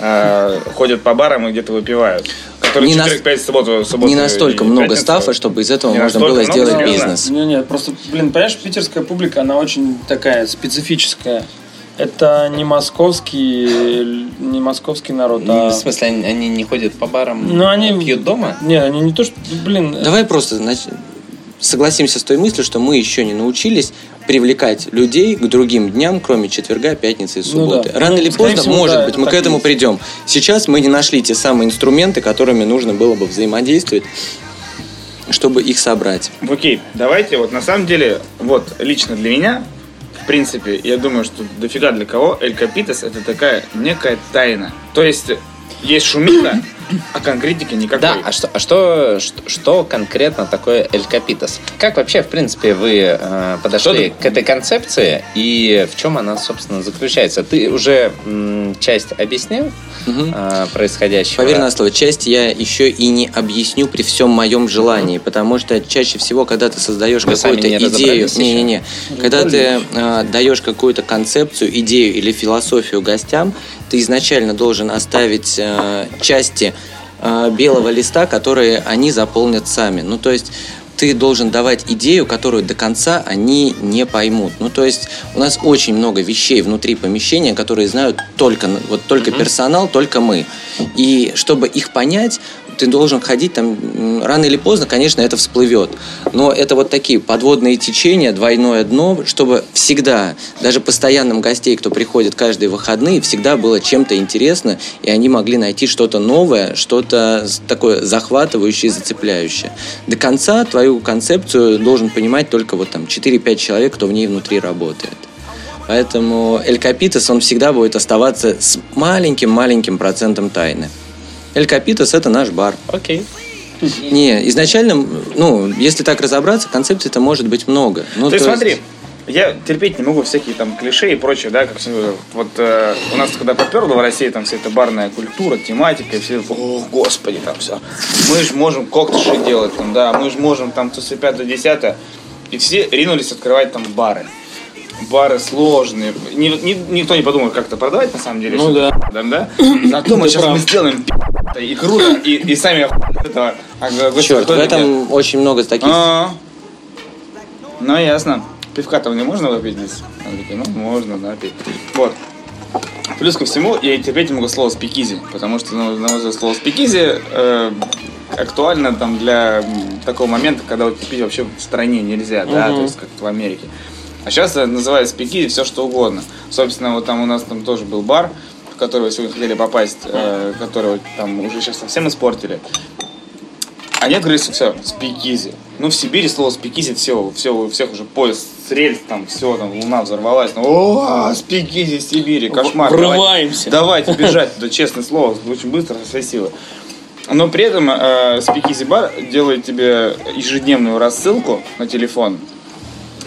D: а, ходят по барам и где-то выпивают. Которые
A: Не нас-
D: четверг, пятница, субботу, субботу
A: не настолько
D: э, и
A: много
D: пятницу.
A: стафа, чтобы из этого
D: Не
A: можно
D: настолько
A: было
D: много,
A: сделать
D: серьезно?
A: бизнес.
C: Не, нет, просто, блин, понимаешь, питерская публика, она очень такая специфическая. Это не московский, не московский народ, а...
B: В смысле, они, они не ходят по барам,
C: Ну, они-
B: пьют дома?
C: Не, они не то, что, блин...
A: Давай просто значит, согласимся с той мыслью, что мы еще не научились привлекать людей к другим дням, кроме четверга, пятницы и субботы.
C: да.
A: Рано
C: Ну,
A: или
C: скорее
A: поздно,
C: всего,
A: может
C: да,
A: быть,
C: это
A: мы к
C: так и
A: этому
C: есть.
A: придем. Сейчас мы не нашли те самые инструменты, которыми нужно было бы взаимодействовать, чтобы их собрать.
D: Ну, Окей, давайте вот на самом деле, вот лично для меня, в принципе, я думаю, что дофига для кого Эль Капитес это такая некая тайна. То есть есть шумиха, а конкретики никакой.
B: Да, а что, а что, что, что конкретно такое Эль Капитас? Как вообще, в принципе, вы э, подошли к этой концепции и в чем она, собственно, заключается? Ты уже м, часть объяснил
A: Мгм.
B: э, происходящего?
A: Поверь на слово, часть я еще и не объясню при всем моем желании, потому что чаще всего, когда ты создаешь
B: Вы сами
A: какую-то
B: не
A: идею,
B: разобрались еще?
A: не-не-не, когда ты э, даешь какую-то концепцию, идею или философию гостям, ты изначально должен оставить э, части э, белого листа, которые они заполнят сами. Ну, то есть ты должен давать идею, которую до конца они не поймут. Ну, то есть у нас очень много вещей внутри помещения, которые знают только, вот только персонал, только мы. И чтобы их понять, ты должен ходить там, м, рано или поздно, конечно, это всплывет. Но это вот такие подводные течения, двойное дно, чтобы всегда, даже постоянным гостей, кто приходит каждые выходные, всегда было чем-то интересно, и они могли найти что-то новое, что-то с- такое захватывающее и зацепляющее. До конца твою концепцию должен понимать только вот там 4-5 человек, кто в ней внутри работает. Поэтому Эль Капитес, он всегда будет оставаться с маленьким-маленьким процентом тайны. Эль Капитес – это наш бар.
B: Окей.
A: Не, изначально, ну, если так разобраться, концепций-то может быть много. Ну,
D: Ты
A: то
D: смотри,
A: есть-
D: я терпеть не могу всякие там клише и прочее, да, как всё, вот э, у нас когда поперло в России там вся эта барная культура, тематика, и все, о, господи, там все. Мы же можем коктыши делать, там, да, мы же можем там то пятое, десятое. И все ринулись открывать там бары. Бары сложные. Ни- ни- никто не подумал, как это продавать на самом деле.
C: Ну
D: что
C: да.
D: это, да. Зато мы
C: Ты
D: сейчас
C: прав.
D: мы сделаем пи***то и круто, и, и сами охуеют от этого. А, господи,
A: Черт,
D: кто
A: в
D: это делает?
A: этом очень много таких...
D: А. Ну ясно. Пивка там не можно выпить здесь? Она такая, ну можно, да, пить. Вот. Плюс ко всему, я и терпеть не могу слово спикизи, потому что, ну, на мой взгляд, слово спикизи э, актуально там для м, такого момента, когда вот пить вообще в стране нельзя, да, то есть как в Америке. А сейчас называют спикизи все что угодно. Собственно, вот там у нас там тоже был бар, в который вы сегодня хотели попасть, э, который вот там уже сейчас совсем испортили. Они открылись все, спикизи. Ну, в Сибири слово спикизи, все, все, у всех уже поезд с рельс, там все, там луна взорвалась. Ну, о, спикизи в Сибири, кошмар.
C: Врываемся.
D: Давайте, давайте бежать туда, честное слово, очень быстро, со всей силы. Но при этом э, спикизи бар делает тебе ежедневную рассылку на телефон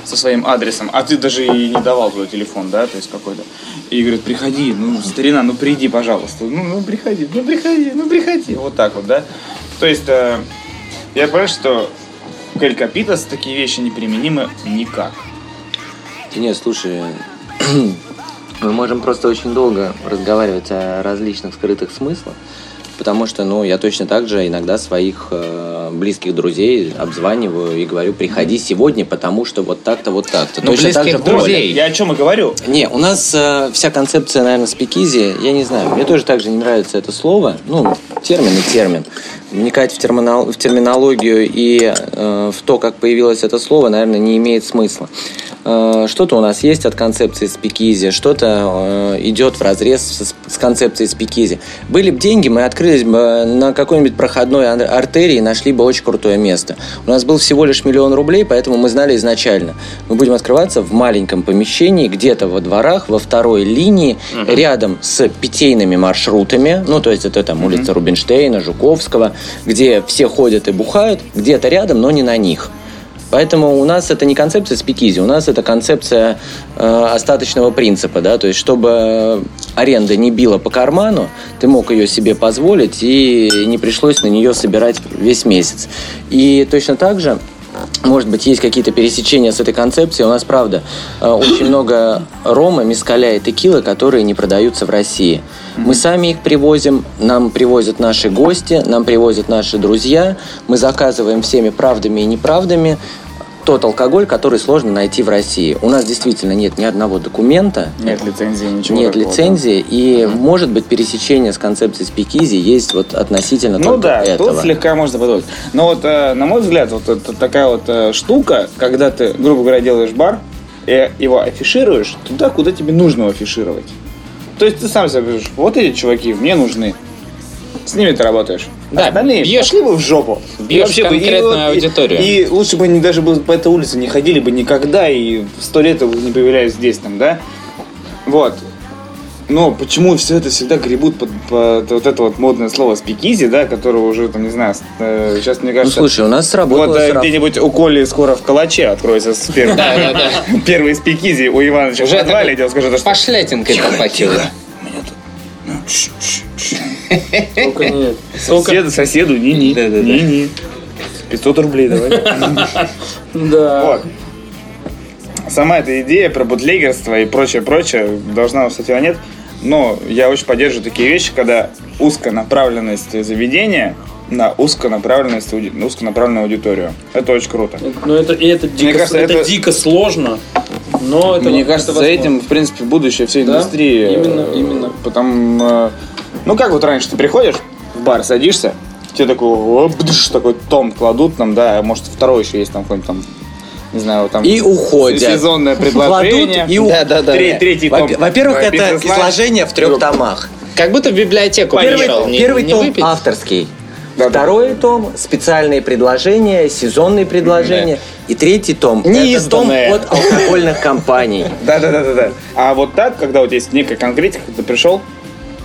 D: со своим адресом, а ты даже и не давал твой телефон, да, то есть какой-то. И говорит, приходи, ну, старина, ну приди, пожалуйста. Ну, ну приходи, ну приходи, ну приходи. Вот так вот, да. То есть, э, я понимаю, что к Эль Капитас такие вещи неприменимы никак.
A: Нет, слушай, мы можем просто очень долго разговаривать о различных скрытых смыслах, потому что, ну, я точно так же иногда своих э, близких друзей обзваниваю и говорю, приходи сегодня, потому что вот так-то, вот так-то.
B: Ну,
A: точно так
B: близких
A: же Коля.
B: друзей.
D: Я о чем и говорю.
A: Не, у нас э, вся концепция, наверное, спикизи, я не знаю, мне тоже также не нравится это слово, ну, термин и термин. Вникать в, терминал- в терминологию и э, в то, как появилось это слово, наверное, не имеет смысла. Э, что-то у нас есть от концепции спикизи, что-то э, идет в разрез с, с концепцией спикизи. Были бы деньги, мы открылись бы э, на какой-нибудь проходной ан- артерии и нашли бы очень крутое место. У нас был всего лишь миллион рублей, поэтому мы знали изначально. Мы будем открываться в маленьком помещении, где-то во дворах, во второй линии, рядом с питейными маршрутами. Ну, то есть это там улица Рубинштейна, Жуковского, где все ходят и бухают, где-то рядом, но не на них. Поэтому у нас это не концепция спикизи, у нас это концепция э, остаточного принципа, да, то есть чтобы аренда не била по карману, ты мог ее себе позволить и не пришлось на нее собирать весь месяц. И точно так же, может быть, есть какие-то пересечения с этой концепцией, у нас, правда, э, очень много рома, мискаля и текилы, которые не продаются в России. Мы сами их привозим, нам привозят наши гости, нам привозят наши друзья, мы заказываем всеми правдами и неправдами, тот алкоголь, который сложно найти в России. У нас действительно нет ни одного документа,
D: Нет лицензии, ничего.
A: нет
D: такого, да.
A: лицензии, и может быть пересечение с концепцией спикизи есть вот относительно
D: Ну
A: только
D: да,
A: этого.
D: тут слегка можно подумать. Но вот, э, на мой взгляд, вот это такая вот э, штука, когда ты, грубо говоря, делаешь бар и его афишируешь туда, куда тебе нужно его афишировать. То есть ты сам себе говоришь, вот эти чуваки мне нужны. С ними ты работаешь.
B: Да,
D: А остальные
B: бьешь-
D: пошли бы в жопу.
B: бьешь
D: бы-
B: конкретную
D: вот-
B: аудиторию.
D: И, лучше бы они даже бы по этой улице не ходили бы никогда и сто лет бы не появлялись здесь там, да? Вот. Но почему все это всегда гребут под, под вот это вот модное слово спикизи, да, которого уже там, не знаю, с- э, сейчас, мне
A: Ну
D: кажется,
A: слушай, у нас сработало
D: вот э,
A: сарафан.
D: где-нибудь у Коли скоро в калаче откроется с первым-
B: Да, да, да.
D: первый спикизи у Ивановича в
B: Уже такой
D: подвале, я тебе скажу, то, что
B: Пошлятинкой попахивает.
C: Только нет.
D: соседу, соседу, ни-ни, ни-ни. 500 рублей давай.
C: Да.
D: Вот. Сама эта идея про бутлегерство и прочее-прочее должна кстати, его нет. Но я очень поддерживаю такие вещи, когда узконаправленность заведения на узконаправленность, ауди- на узконаправленную аудиторию. Это очень круто.
C: Ну это, и это, дико,
D: кажется,
C: это,
D: это-
C: дико сложно, но это
D: Мне
C: это
D: кажется, за
C: возможно.
D: этим, в принципе, будущее всей
C: Да,
D: индустрии.
C: именно,
D: Э,
C: именно.
D: Потому, э, ну как вот раньше ты приходишь в бар, садишься, тебе такой, о, бдыш, такой том кладут нам, да, может второй еще есть там какой-нибудь там, не знаю, там.
A: И уходят.
D: Сезонное предложение.
A: Кладут и уходят.
D: Тре- Третий том.
A: Во- Во-первых,
D: Э,
A: это
D: бизнес-лан.
A: изложение в трех томах.
B: Как будто в библиотеку
D: Первый-
B: пришел. Не-
A: Первый
B: не
A: том А,
B: выпить?
A: авторский.
D: Да, да.
A: Второй том специальные предложения, сезонные предложения. И третий том это том
D: Неизданное.
A: от алкогольных компаний.
D: Да, да, да, да, да. А вот так, когда вот есть некая конкретика, ты пришел,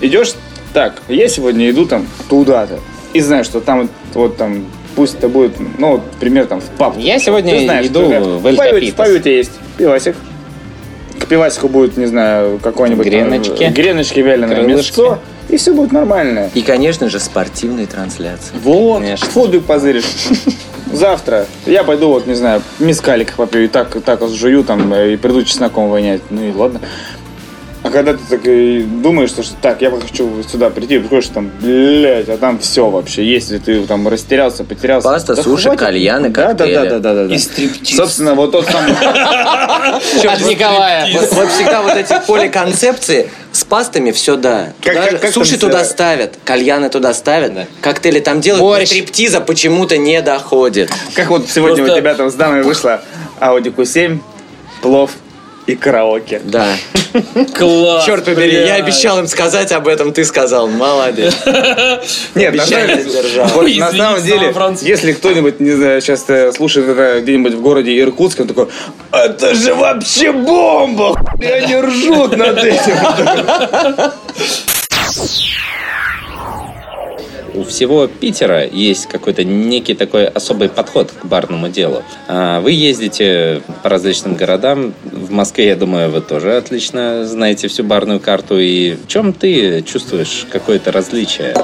D: идешь, так, я сегодня иду там туда-то. И знаю, что там вот, вот там, пусть это будет, ну, вот, например, там в паб.
B: Я сегодня
D: Ты знаешь,
B: иду
D: что у тебя
B: в Эль
D: пабе-
B: Капитас.
D: В пабе у тебя есть пивасик. К пивасику будет, не знаю, какой-нибудь... там,
B: Греночки.
D: э, Греночки, вяленое
B: Крылышки.
D: мясо. И все будет нормально.
A: И, конечно же, спортивные трансляции.
D: Вот,
A: Конечно.
D: футбик позыришь. Завтра я пойду, вот, не знаю, мискалик попью, и так, так вот жую там, э, и приду чесноком вонять. Ну и ладно. А когда ты так и думаешь, что, что так, я бы хочу сюда прийти, приходишь там, блядь, а там все вообще. Если ты там растерялся, потерялся.
A: Паста,
D: да
A: суши,
D: хватит.
A: кальяны,
D: да, да, да,
A: коктейли.
D: да, да, да, да.
C: И стриптиз.
D: Собственно, вот тот самый...
B: От Николая.
A: Вот, вот всегда вот эти поликонцепции с пастами все да.
D: Как-
A: Туда же-
D: как- как там
A: суши
D: все?
A: туда ставят, кальяны туда ставят, коктейли там делают, но
B: Борщ.
A: стриптиза почему-то не доходит.
D: Как вот сегодня
C: Просто-
D: у тебя там с данной вышла Audi Q7, плов и караоке.
A: Да.
C: Класс.
A: Черт побери, я
C: блядь.
A: обещал им сказать об этом, ты сказал. Молодец.
D: Нет, на
A: Обещание
D: самом деле-
A: сдержал.
D: вот
C: Извини,
D: на самом
C: снова
D: деле,
C: француз.
D: если кто-нибудь, не знаю, сейчас слушает это где-нибудь в городе Иркутске, он такой, это же вообще бомба! хуй, Они ржут над этим.
B: У всего Питера есть какой-то некий такой особый подход к барному делу. А, Вы ездите по различным городам. В Москве, я думаю, вы тоже отлично знаете всю барную карту. И в чем ты чувствуешь какое-то различие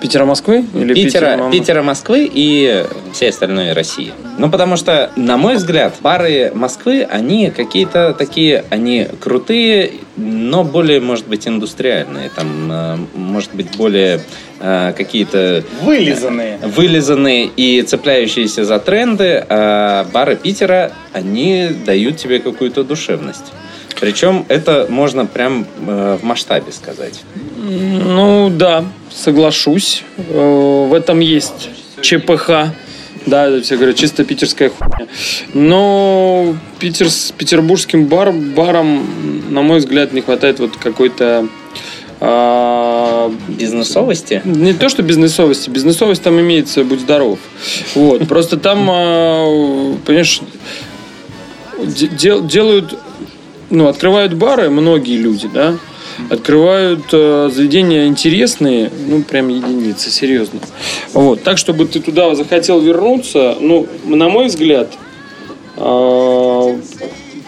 C: Питера Москвы? Или
B: Питера,
C: Питера,
B: Питера, Москвы и всей остальной России. Ну, потому что, на мой взгляд, бары Москвы, они какие-то такие, они крутые, но более, может быть, индустриальные. Там, э, может быть, более э, какие-то
D: Вылизанные.
B: вылизанные и цепляющиеся за тренды, а бары Питера, они дают тебе какую-то душевность. Причем это можно прям э, в масштабе сказать.
C: Ну да, соглашусь. Э, В этом есть ЧПХ. Да, все говорят, чисто питерская хуйня. Но питер, с петербургским бар, барам, на мой взгляд, не хватает вот какой-то... а,
B: Бизнесовости?
C: не то, что бизнесовости. Бизнесовость там имеется, будь здоров. Вот. Просто там, а, понимаешь, де- дел- делают, ну, открывают бары многие люди, да, открывают э, заведения интересные, ну, прям единицы, серьезно. Вот. Так, чтобы ты туда захотел вернуться, ну, на мой взгляд, а,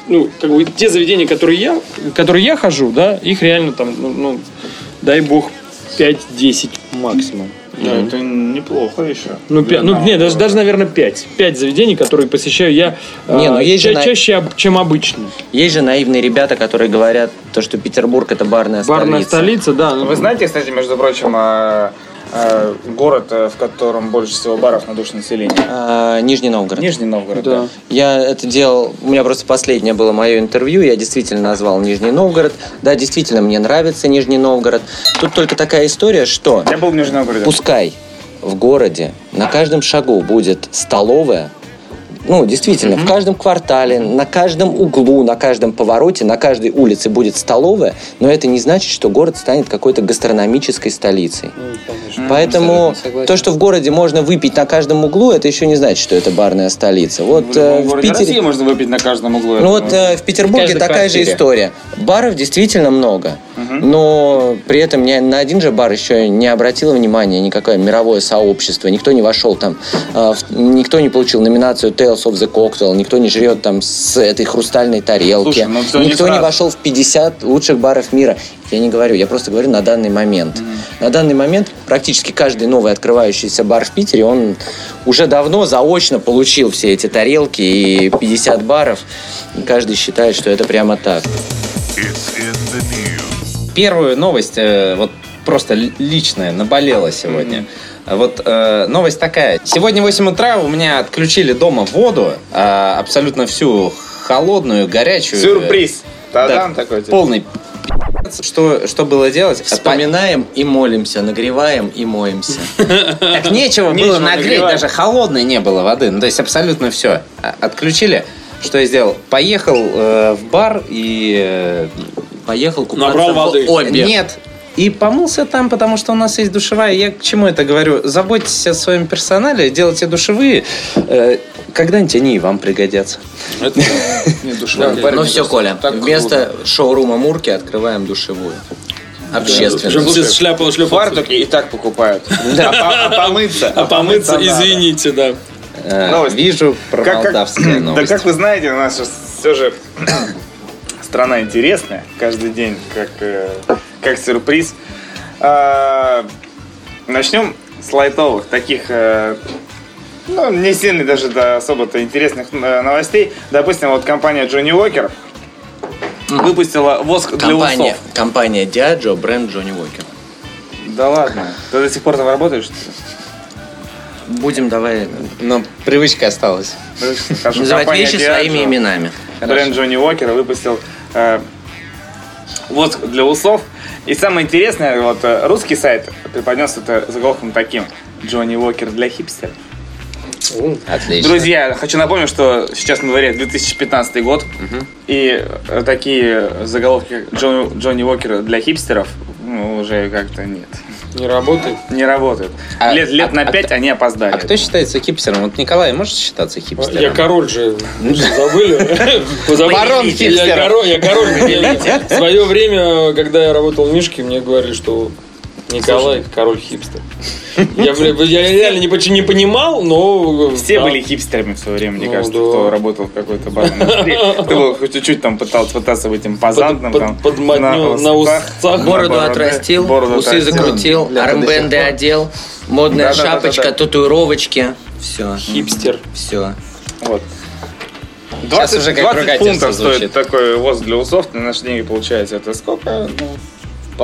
C: ну, как бы те заведения, которые я, в которые я хожу, да, их реально там, ну, ну, дай бог, 5-10 максимум.
D: Да, это неплохо а еще.
C: Ну, пя- ну нет, даже, даже, наверное, 5. 5 заведений, которые посещаю я а,
A: Не, ну есть же
C: ча-
A: на-
C: чаще, об- чем обычно.
A: Есть же наивные ребята, которые говорят, то, что Петербург это барная
C: Барная
A: столица.
C: столица, да. ну,
D: Вы знаете, кстати, между прочим, а, а, город, э, в котором больше всего баров на душу населения?
A: А, Нижний Новгород.
D: Нижний Новгород, да.
C: Да.
A: Я это делал, у меня просто последнее было мое интервью, я действительно назвал Нижний Новгород. Да, действительно, мне нравится Нижний Новгород. Тут только такая история, что
D: Я был в Нижнем Новгороде.
A: пускай в городе на каждом шагу будет столовая, ну, действительно, в каждом квартале, на каждом углу, на каждом повороте, на каждой улице будет столовая, но это не значит, что город станет какой-то гастрономической столицей. Поэтому то, что в городе можно выпить на каждом углу, это еще не значит, что это барная столица. Вот
D: В
A: э,
D: любом
A: в
D: городе России
A: Питере...
D: можно выпить на каждом углу.
A: Ну
D: я
A: вот
D: думаю.
A: э, в Петербурге
B: каждой
A: такая же
B: квартире.
A: история. Баров действительно много, но при этом ни на один же бар еще не обратило внимания никакое мировое сообщество, никто не вошел там, э, в- никто не получил номинацию Tales of the Cocktail, никто не жрет там с этой хрустальной тарелки,
D: Слушай, ну всё не
A: никто не,
D: сразу.
A: вошел в 50 лучших баров мира. Я не говорю, я просто говорю на данный момент. На данный момент практически каждый новый открывающийся бар в Питере, он уже давно заочно получил все эти тарелки и 50 баров. И каждый считает, что это прямо так.
F: It's in the news.
B: Первую новость, э, вот просто ли- личная, наболела сегодня. Вот э, новость такая. Сегодня в 8 утра у меня отключили дома воду, а, абсолютно всю холодную, горячую.
D: Сюрприз.
B: Да,
D: Та-дам такой. типа.
B: Полный пи***ц. что, что было делать?
A: Вспоминаем и молимся, нагреваем и моемся.
B: Так нечего
D: Нечего
B: было нагреть,
D: нагревать.
B: даже холодной не было воды. Ну, то есть абсолютно все. Отключили. Что я сделал? Поехал э, в бар и...
A: Поехал купаться
C: Набрал
A: в
C: воды.
B: э,
A: Обе.
B: Нет. И помылся там, потому что у нас есть душевая. Я к чему это говорю? Заботьтесь о своем персонале, делайте душевые. Э, когда-нибудь они и вам пригодятся.
D: Не,
A: Да,
D: душевая.
A: ну все, Коля,
D: Так
A: вместо шоурума Мурки открываем душевую. Общественную.
D: Слушай,
C: шляпу, шляпу.
D: Фартуки и так покупают. А по- а помыться?
C: А помыться,
D: надо.
C: извините, да.
B: Э,
D: Новость.
B: Вижу про
D: Как- как-
B: молдавские
D: Да
B: новости.
D: как вы знаете, у нас все же страна интересная. Каждый день как, э, как сюрприз. А, Начнем с лайтовых, таких э, ну, не сильно даже до особо-то интересных э, новостей. Допустим, вот компания Джонни Уокер выпустила воск для
A: Компания,
D: усов.
A: компания Diageo, бренд Джонни Уокер.
D: Да ладно. Ты до сих пор там работаешь? что ли?
A: Будем давай
B: Но привычка осталась.
D: Ну, хорошо,
A: называть
D: компания
A: вещи
D: Diageo.
B: А
A: своими именами.
D: Бренд Джонни Уокер выпустил э, воск для усов. И самое интересное, вот э, русский сайт преподнес это заголовком таким. Джонни Уокер для хипстеров.
B: Отлично.
D: Друзья, хочу напомнить, что сейчас на дворе 2015 год. И э, такие заголовки Джон- Джонни Уокера для хипстеров ну, уже как-то нет.
C: Не работает.
D: Не работают.
B: А-
D: лет лет
B: а-
D: на
B: а-
D: 5 они опоздали.
B: А кто считается хипстером? Вот Николай может считаться
C: Я
B: хипстером?
C: король же. Вы что, Забыли? Позабыли.
B: Барон
C: Я
B: хипстеров.
C: король. Я король. Я- В свое время, когда я работал в Мишке, мне говорили, что Николай, король хипстер. Я, бля, я реально не, поч- не понимал, но...
D: Все
C: да.
D: были хипстерами в свое время, мне
C: Ну
D: кажется,
C: да.
D: кто работал в какой-то барной индустрии. Ты был хоть чуть-чуть там пытался пытаться быть импозантным.
C: Под-
D: там,
C: под- подматнёв на усах.
D: на
G: Бороду
D: бороде,
G: отрасtil,
D: бороду
G: усы
D: отрастил.
G: закрутил,
A: Бля, это до сих
G: армбенды
A: пор.
G: одел, модная
D: Да-да-да-да-да.
G: шапочка, татуировочки. Все,
C: Хипстер.
G: все.
D: Вот. 20,
B: уже как
D: 20
B: ругательство
D: фунтов
B: звучит.
D: стоит такой воск для усов. На наши деньги получается это сколько? Ну,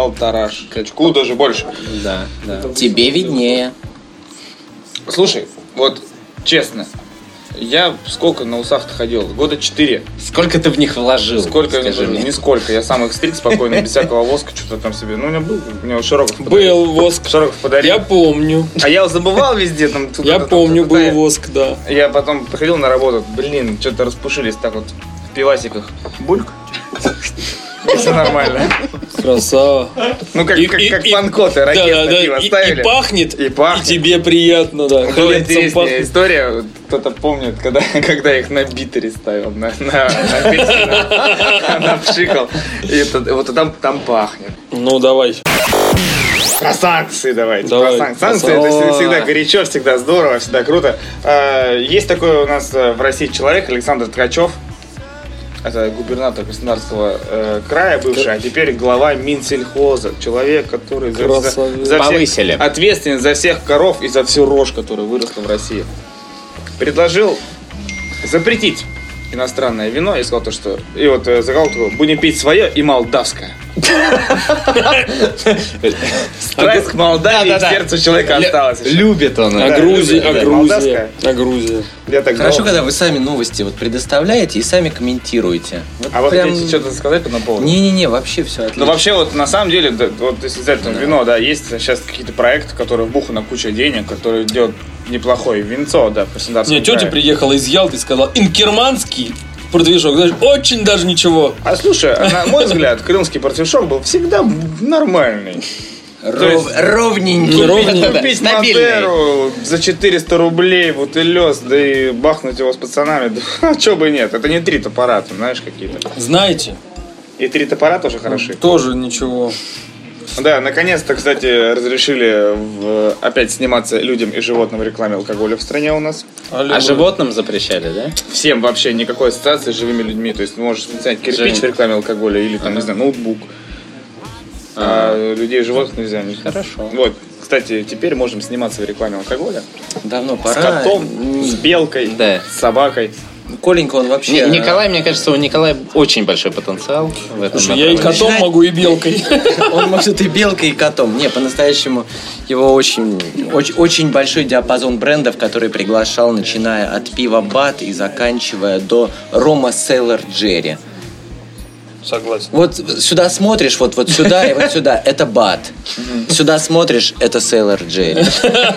D: полторашку, даже больше.
B: Да, да.
A: Тебе виднее.
D: Слушай, вот честно, я сколько на усах-то ходил? Года 4.
B: Сколько ты в них вложил?
D: Сколько?
B: скажи мне?
D: Нисколько. Я сам их стриг спокойно, без всякого воска, что-то там себе. Ну, у меня был, у меня Широков подарил.
C: Был воск.
D: Широков подарил.
C: Я помню.
D: А я забывал везде там. тут
C: Я
D: это,
C: помню,
D: тут это,
C: был
D: да.
C: воск, да.
D: Я потом приходил на работу, блин, что-то распушились так вот в пивасиках. Бульк. Все нормально.
C: Красава.
D: Ну, как,
C: И-
D: как,
C: и-
D: как
C: и-
D: панкоты, ракеты
C: Да, да, да.
D: пиво
C: И-
D: ставили.
C: И пахнет,
D: И пахнет.
C: и тебе приятно, да.
D: Была
C: Хлебцем
D: интересная
C: пахнет.
D: история, кто-то помнит, когда, когда их на битере ставил, на, на, на апельсинах. напшикал. И это- вот там, там пахнет.
C: Ну, давай.
D: Про санкции давайте.
C: Давай.
D: Про санкции. Санкции это всегда, всегда горячо, всегда здорово, всегда круто. А, Есть такой у нас э, в России человек Александр Ткачев. Это губернатор Краснодарского э, края бывший, а теперь глава Минсельхоза. Человек, который за- за-
C: Красавец.
D: за всех-
B: Повысили.
D: ответственен за всех коров и за всю рожь, которая выросла в России. Предложил запретить иностранное вино и сказал то, что... И вот э, заголовку «Будем пить свое и молдавское». Страсть к Молдавии в сердце человека осталась. еще.
B: Любит он.
C: А
D: Да,
C: Грузия,
D: да,
C: а
D: да.
C: Грузия,
D: Молдавская.
C: а Грузия.
D: Я так
A: Хорошо,
D: думал.
A: когда вы сами новости вот предоставляете и сами комментируете.
D: А вот
A: прям-
D: хотите что-то сказать по этому поводу?
A: Не-не-не, вообще все отлично.
D: Ну вообще вот на самом деле, да, вот если взять там вино, да, есть сейчас какие-то проекты, которые вбуханы куча денег, которые делают неплохое винцо, да, в Краснодарском
C: Не, тетя
D: крае.
C: приехала из Ялты и сказала, инкерманский продвижок, знаешь, очень даже ничего.
D: А слушай, а на мой взгляд, крымский портфельшок был всегда нормальный. То есть-
A: Ров- ровненький.
C: Ровно.
D: Купить
B: стабильный.
D: Мадеру за 400 рублей, вот и лез, да и бахнуть его с пацанами. Да, а чё бы и нет, это не три топора, там, знаешь, какие-то.
C: Знаете,
D: И три топора тоже хороши.
C: тоже ничего.
D: Да, наконец-то, кстати, разрешили в- опять сниматься людям и животным в рекламе алкоголя в стране у нас.
B: А животным запрещали, да?
D: Всем вообще никакой ассоциации с живыми людьми. То есть ты можешь снять кирпич в рекламе алкоголя или там, не знаю, ноутбук. А людей и животных нельзя. Хорошо. Вот. Кстати, теперь можем сниматься в рекламе алкоголя.
B: Ну,
A: Давно
D: С
A: пора.
D: котом, с белкой,
B: Да.
D: с собакой.
A: Коленька, он вообще...
B: Не- Николай, мне кажется, у Николая очень большой потенциал в этом
C: Слушай, я и
B: направлении.
C: котом могу, и белкой.
A: Он может и белкой, и котом. Не, по-настоящему его очень, очень, очень большой диапазон брендов, который приглашал, начиная от пива Бат и заканчивая до Рома Селлер Джерри.
C: Согласен.
A: Вот сюда смотришь, вот, вот сюда и вот сюда, это Бат. Сюда смотришь, это Селлер Джерри.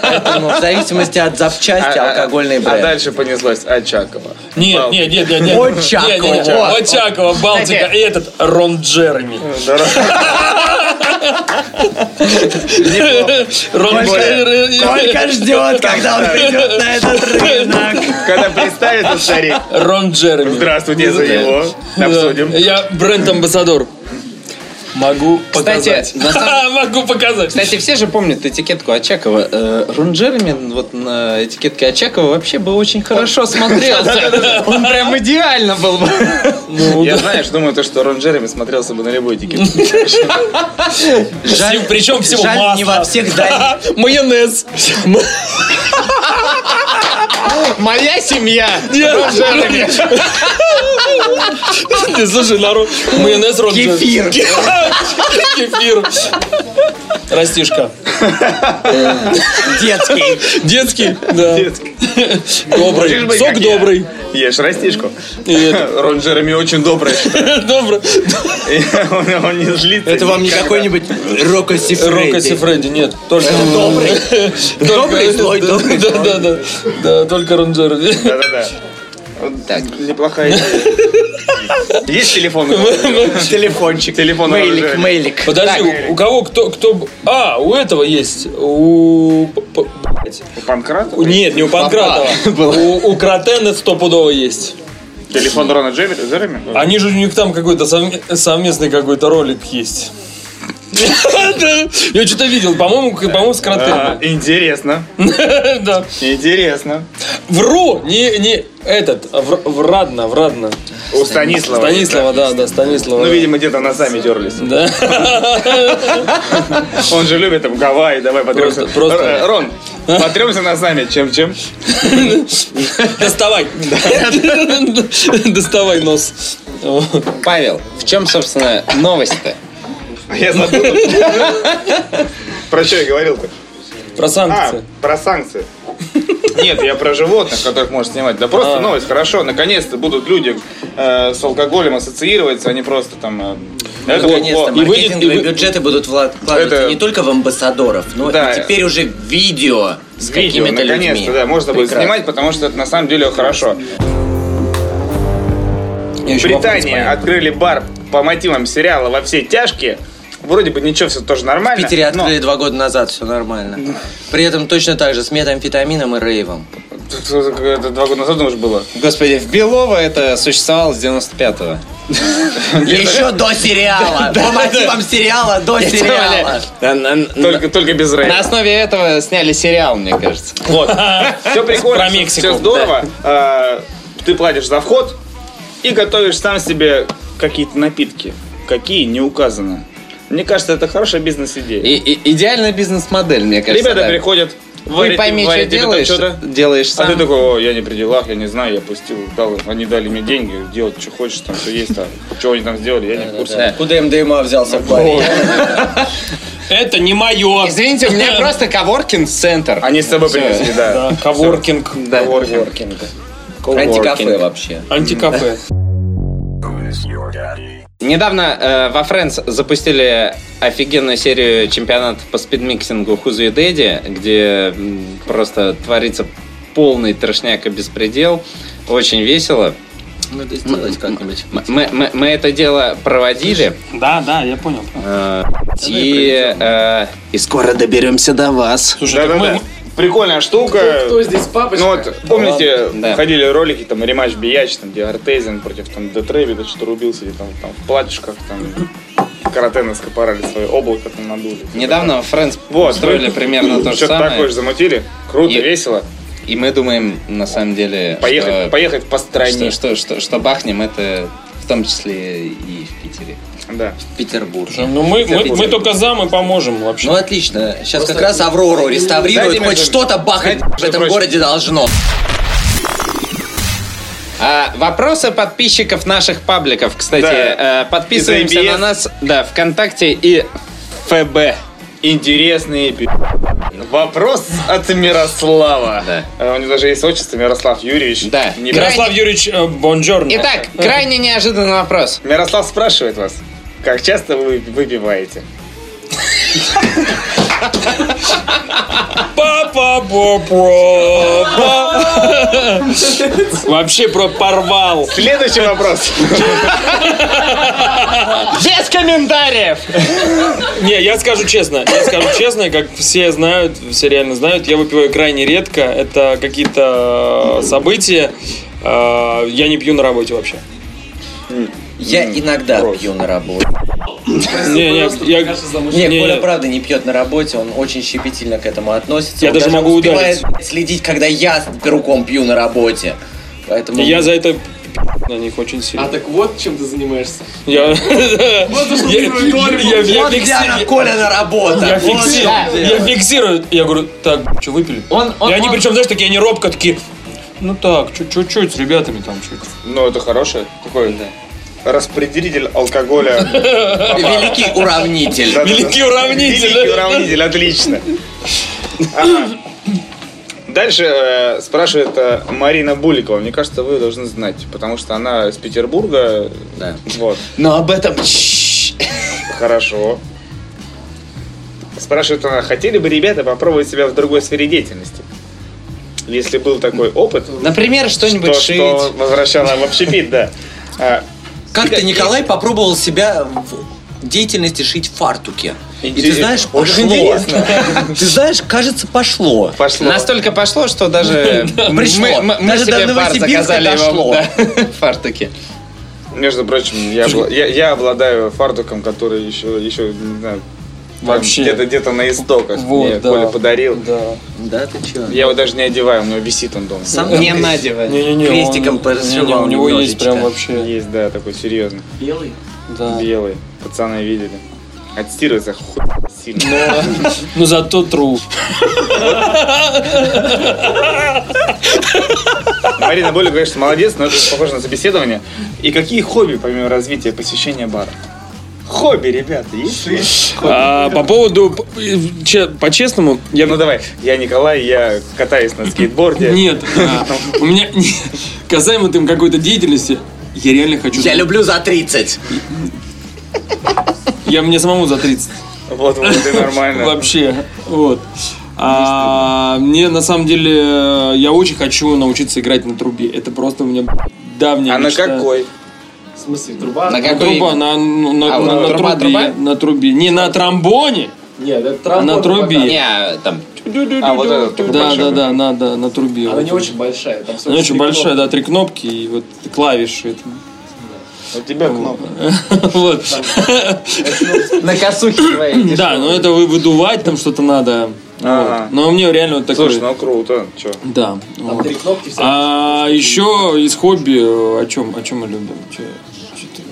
A: Поэтому в зависимости от запчасти
D: А- а-
A: алкогольный
D: А
A: бренд.
D: дальше понеслось Очакова.
C: Нет, нет, нет, нет, нет.
A: Очакова.
C: Нет, нет, нет. Очакова, Балтика, и этот Рон Джереми. Рон Джереми.
A: ждет, когда он придет на этот рынок.
D: Когда представится старик.
C: Рон Джереми.
D: Здравствуйте за его.
C: Да.
D: Обсудим.
C: Я бренд-амбассадор. Могу
B: Кстати,
C: показать.
B: на самом-
C: Могу показать.
B: Кстати, все же помнят этикетку Очакова. Э, Рон Джереми вот на этикетке Очакова вообще бы очень хорошо смотрелся. Он прям идеально был бы.
D: Я, знаешь, думаю, то, что Рон Джереми смотрелся бы на любой этикет.
C: Всем- Причем всего
A: жаль,
C: масло.
A: не во всех зданиях.
C: Майонез. М-
B: Моя семья.
C: Нет, Рон- Ты Слушай, народ, майонез Рон Джереми.
A: Кефир.
C: Кефир. Растишка.
A: Детский.
C: Детский, да.
D: Детский. Хочешь
C: Добрый.
D: быть
C: Сок
D: как я?
C: добрый.
D: Ешь растишку.
C: И это-
D: Рон Джереми очень добрый.
C: Добрый.
D: Он он не злится.
A: Это вам не
D: никогда.
A: какой-нибудь Рокко Си
C: Рокко
A: Фредди.
C: Си Фредди, нет. Только добрый.
A: Добрый злой, добрый
C: Да, да, да. Да, только Рон Джереми.
D: Да-да-да. Вот Неплохая идея. Есть телефон? Телефончик. Телефон Рон
A: Мейлик,
D: Джереми.
A: мейлик.
C: Подожди, у, у кого кто, кто... б- А, у этого есть. У... п- п- блядь.
D: У Панкрата?
C: У- Нет, не у Панкратова. У, у Кротена стопудово есть.
D: Телефон Рона Джереми?
C: Они же у них там какой-то совме- совместный какой-то ролик есть. Я что-то видел, по-моему, к- по-моему, с
D: А,
C: каратэ.
D: Интересно.
A: А.
C: Да.
D: Интересно.
C: Вру, не, не этот, а вр- врадно, врадно.
D: У Станислава.
C: Станислава, да, да, Станислава.
D: Ну, видимо, где-то носами дерлись.
C: Да.
D: Он же любит там Гавайи, давай потремся.
C: Просто- А? просто-
D: Р- Рон, потремся носами, чем-чем.
C: Доставай. Доставай нос.
B: Павел, в чем, собственно, новость-то?
D: А Я забыл. Про что я говорил-то?
C: Про
D: А,
C: санкции.
D: про санкции. Нет, я про животных, которых можно снимать. Да
C: А.
D: просто новость, хорошо. Наконец-то будут люди э, с алкоголем ассоциироваться, а не просто там... э,
C: Ну,
D: это вот-
A: Наконец-то
D: вот.
C: выйдет-
A: маркетинговые
C: и вы-
A: бюджеты будут вла- вкладываться
D: Это-
A: не только в амбассадоров, но
D: Да.
A: и теперь уже в видео с
D: Видео,
A: какими-то людьми.
D: наконец-то, да, можно будет
A: Прекрасно.
D: снимать, потому что это на самом деле хорошо.
C: Я
D: В
C: ещё вопрос
D: Британии
C: понял.
D: открыли бар по мотивам сериала «Во все тяжкие». Вроде бы ничего, все тоже
A: В
D: нормально.
A: Питере
D: но-
A: открыли два года назад, все нормально. При этом точно так же с метамфетамином и рейвом.
D: э, Это два года назад уже было.
B: Господи, в Белово это существовало с 95-го.
A: Еще до сериала. По мотивам сериала до сериала.
B: Да, на- на-
D: Только, только без
B: На
D: рейда.
B: основе этого сняли сериал, мне кажется.
D: Все прикольно,
C: Про Мексику,
D: все здорово. А, Ты платишь за вход и готовишь сам себе какие-то напитки. Какие, не указано. Мне кажется, это хорошая бизнес-идея.
B: И, и- идеальная бизнес-модель, мне кажется.
D: Ребята
B: да.
D: приходят,
B: Ты
D: варят,
B: пойми, что
D: варят тебе там
B: делаешь,
D: что-то.
B: делаешь
D: А
B: сам.
D: ты такой, о, я не при делах, я не знаю, я пустил, дал, им, они дали мне деньги, делать, что хочешь, там все есть, там, что они там сделали, я не в курсе.
A: Куда МДМА взялся в баре?
C: Это не мое.
B: Извините, у меня просто коворкинг-центр. а
D: Они с собой принесли, да.
C: Коворкинг.
B: Да.
D: Коворкинг.
A: Антикафе вообще.
C: Антикафе.
B: Недавно э, во Фрэнс запустили офигенную серию чемпионатов по спидмиксингу Who's Your Daddy, где м, просто творится полный трешняк и беспредел. Очень весело.
A: Надо сделать как-нибудь.
B: М- Мы, мы- мы это дело проводили.
C: Да, да, я понял.
B: э, и, э, и скоро доберемся до вас.
D: Да, да, да. Прикольная штука.
C: Кто здесь папочка?
D: Ну вот, помните,
B: Да.
D: ходили ролики, там, рематч Бияч, там, где Артезин против, там, Детреви, да что-то рубился, или там, там, в платьишках, там, карате наскопарали свое облако, там, надули.
B: Недавно во Фрэнс
D: Вот.
B: устроили примерно то же
D: Что-то
B: самое.
D: такое же замутили. Круто,
B: И-
D: весело.
B: И мы думаем, на самом деле,
D: Поехать,
B: что,
D: поехать по стране.
B: что, что, что, что бахнем это в том числе и в Питере.
D: Да.
A: Петербург.
C: Ну мы, мы, мы только за, мы поможем вообще.
A: Ну отлично. Сейчас как раз Аврору реставрируют.
D: Знаете,
A: Хоть
D: между-
A: что-то бахать
D: Знаете,
A: в этом
D: между прочим-
A: городе должно.
B: А, вопросы подписчиков наших пабликов, кстати.
D: Да.
B: Э, Подписываемся
D: Из IBS.
B: на нас, да, ВКонтакте и ФБ.
D: Интересный пи- Вопрос от Мирослава.
B: Да.
D: Э, У него даже есть отчество Мирослав Юрьевич.
B: Да.
D: Не-
C: Ярослав Юрьевич, э, бонжорно.
B: Итак,
D: Э,
B: крайне неожиданный вопрос.
D: Мирослав спрашивает вас, как часто вы выпиваете?
C: Папа бо про ба. Вообще про порвал.
D: Следующий вопрос.
B: Без комментариев!
C: Не, я скажу честно, я скажу честно, как все знают, все реально знают, я выпиваю крайне редко. Это какие-то э, события. Э, Я не пью на работе вообще.
A: Я иногда пью на работе.
C: Не, я, я-
A: Не,
C: не,
A: Коля
C: я-
A: правда не пьет на работе, он очень щепетильно к этому относится.
C: Я
A: Он
C: даже могу
A: успевает следить, когда я руком пью на работе. Поэтому
C: я за это на них очень сильно. А так вот чем ты занимаешься? Я... Я- я- я
A: вот где
C: фикси-
A: она, Коля на работу.
C: Я
A: Вот
C: фиксирую,
A: она.
C: я фиксирую. Я говорю, так, что выпили?
B: Он, он-
C: и они
B: он-
C: причем, знаешь, такие, они робко такие, ну так, чу- чуть-чуть с ребятами там чуть.
D: Ну, это хорошее. Такой распределитель алкоголя.
A: Великий уравнитель.
D: Да-да-да.
C: Великий уравнитель.
D: Великий уравнитель, отлично. Ага. Дальше э, спрашивает э, Марина Буликова. Мне кажется, вы должны знать, потому что она из Петербурга.
A: Да.
D: Вот.
B: Но об этом... чш.
D: Хорошо. Спрашивает она, хотели бы ребята попробовать себя в другой сфере деятельности? Если был такой опыт,
B: Например,
D: то,
B: что-нибудь шить.
D: что возвращало в общепит, да. А,
A: Как-то Николай попробовал себя в деятельности шить в фартуке. И ты
D: Интересно.
A: знаешь,
D: Очень
A: пошло.
D: интересно.
A: Ты знаешь, кажется, пошло.
D: Пошло.
B: Настолько пошло, что даже мы,
A: Пришло.
B: мы- мы
A: Даже до
B: себе пар
A: Новосибирска
B: заказали его
A: дошло.
B: да, в фартуке.
D: Между прочим, я, обла- я, я обладаю фартуком, который еще, еще не знаю,
C: Вообще.
D: Где-то где-то на истоках.
C: Вот,
D: Мне
C: да.
D: Коля подарил.
C: Да.
H: Да, ты чё?
D: Я его даже не одеваю, у него висит он дома.
H: Сам
A: Не
H: там крест-
A: надевай.
C: Не-не-не, он-
A: Крестиком
C: Не-не,
A: поразжевал
C: у него есть
A: немножечко.
C: прям вообще.
D: Есть, да, такой серьезный.
A: Белый?
C: Да.
D: Белый. Пацаны видели. Отстирывается хуй сильно.
C: Но Ну, зато тру.
D: Марина Болю, конечно, молодец, но это похоже на собеседование. И какие хобби, помимо развития посещения бара? Хобби, ребята, есть? есть?
C: А, по поводу, п- э, че- по-честному, я...
D: Ну давай, я Николай, я катаюсь на скейтборде.
C: Нет, а, у меня не- касаемо там какой-то деятельности, я реально хочу...
A: Я люблю за 30.
C: Я мне самому за 30.
D: Вот, вот, и нормально.
C: Вообще, вот. А, мне на самом деле, э, я очень хочу научиться играть на трубе. Это просто у меня б, давняя
D: А на
C: мечта.
D: какой?
H: На
C: На
H: какой
C: труба, на, ну, на,
H: А,
C: на-
H: вот
C: на
H: труба,
C: трубе,
H: труба?
C: на трубе. Не на тромбоне,
I: Нет, это
C: а на
H: Не,
C: трубе.
H: а, там,
D: А, вот этот только
C: Да, да,
D: большой.
C: да, на, да, на трубе.
I: Она
C: Вот.
I: не очень большая. Там
C: Она очень большая, да, три кнопки и вот клавиши.
D: У тебя кнопка.
C: Вот.
B: На косухе твоей.
C: Да, но это вы- выдувать там что-то надо.
D: Ага.
C: Вот. Но мне реально вот
D: Слушай,
C: такое.
D: ну круто, чё?
C: Да. вот.
I: Три кнопки все.
C: А еще из хобби э, о чем о чем мы любим? Чё- чё ты?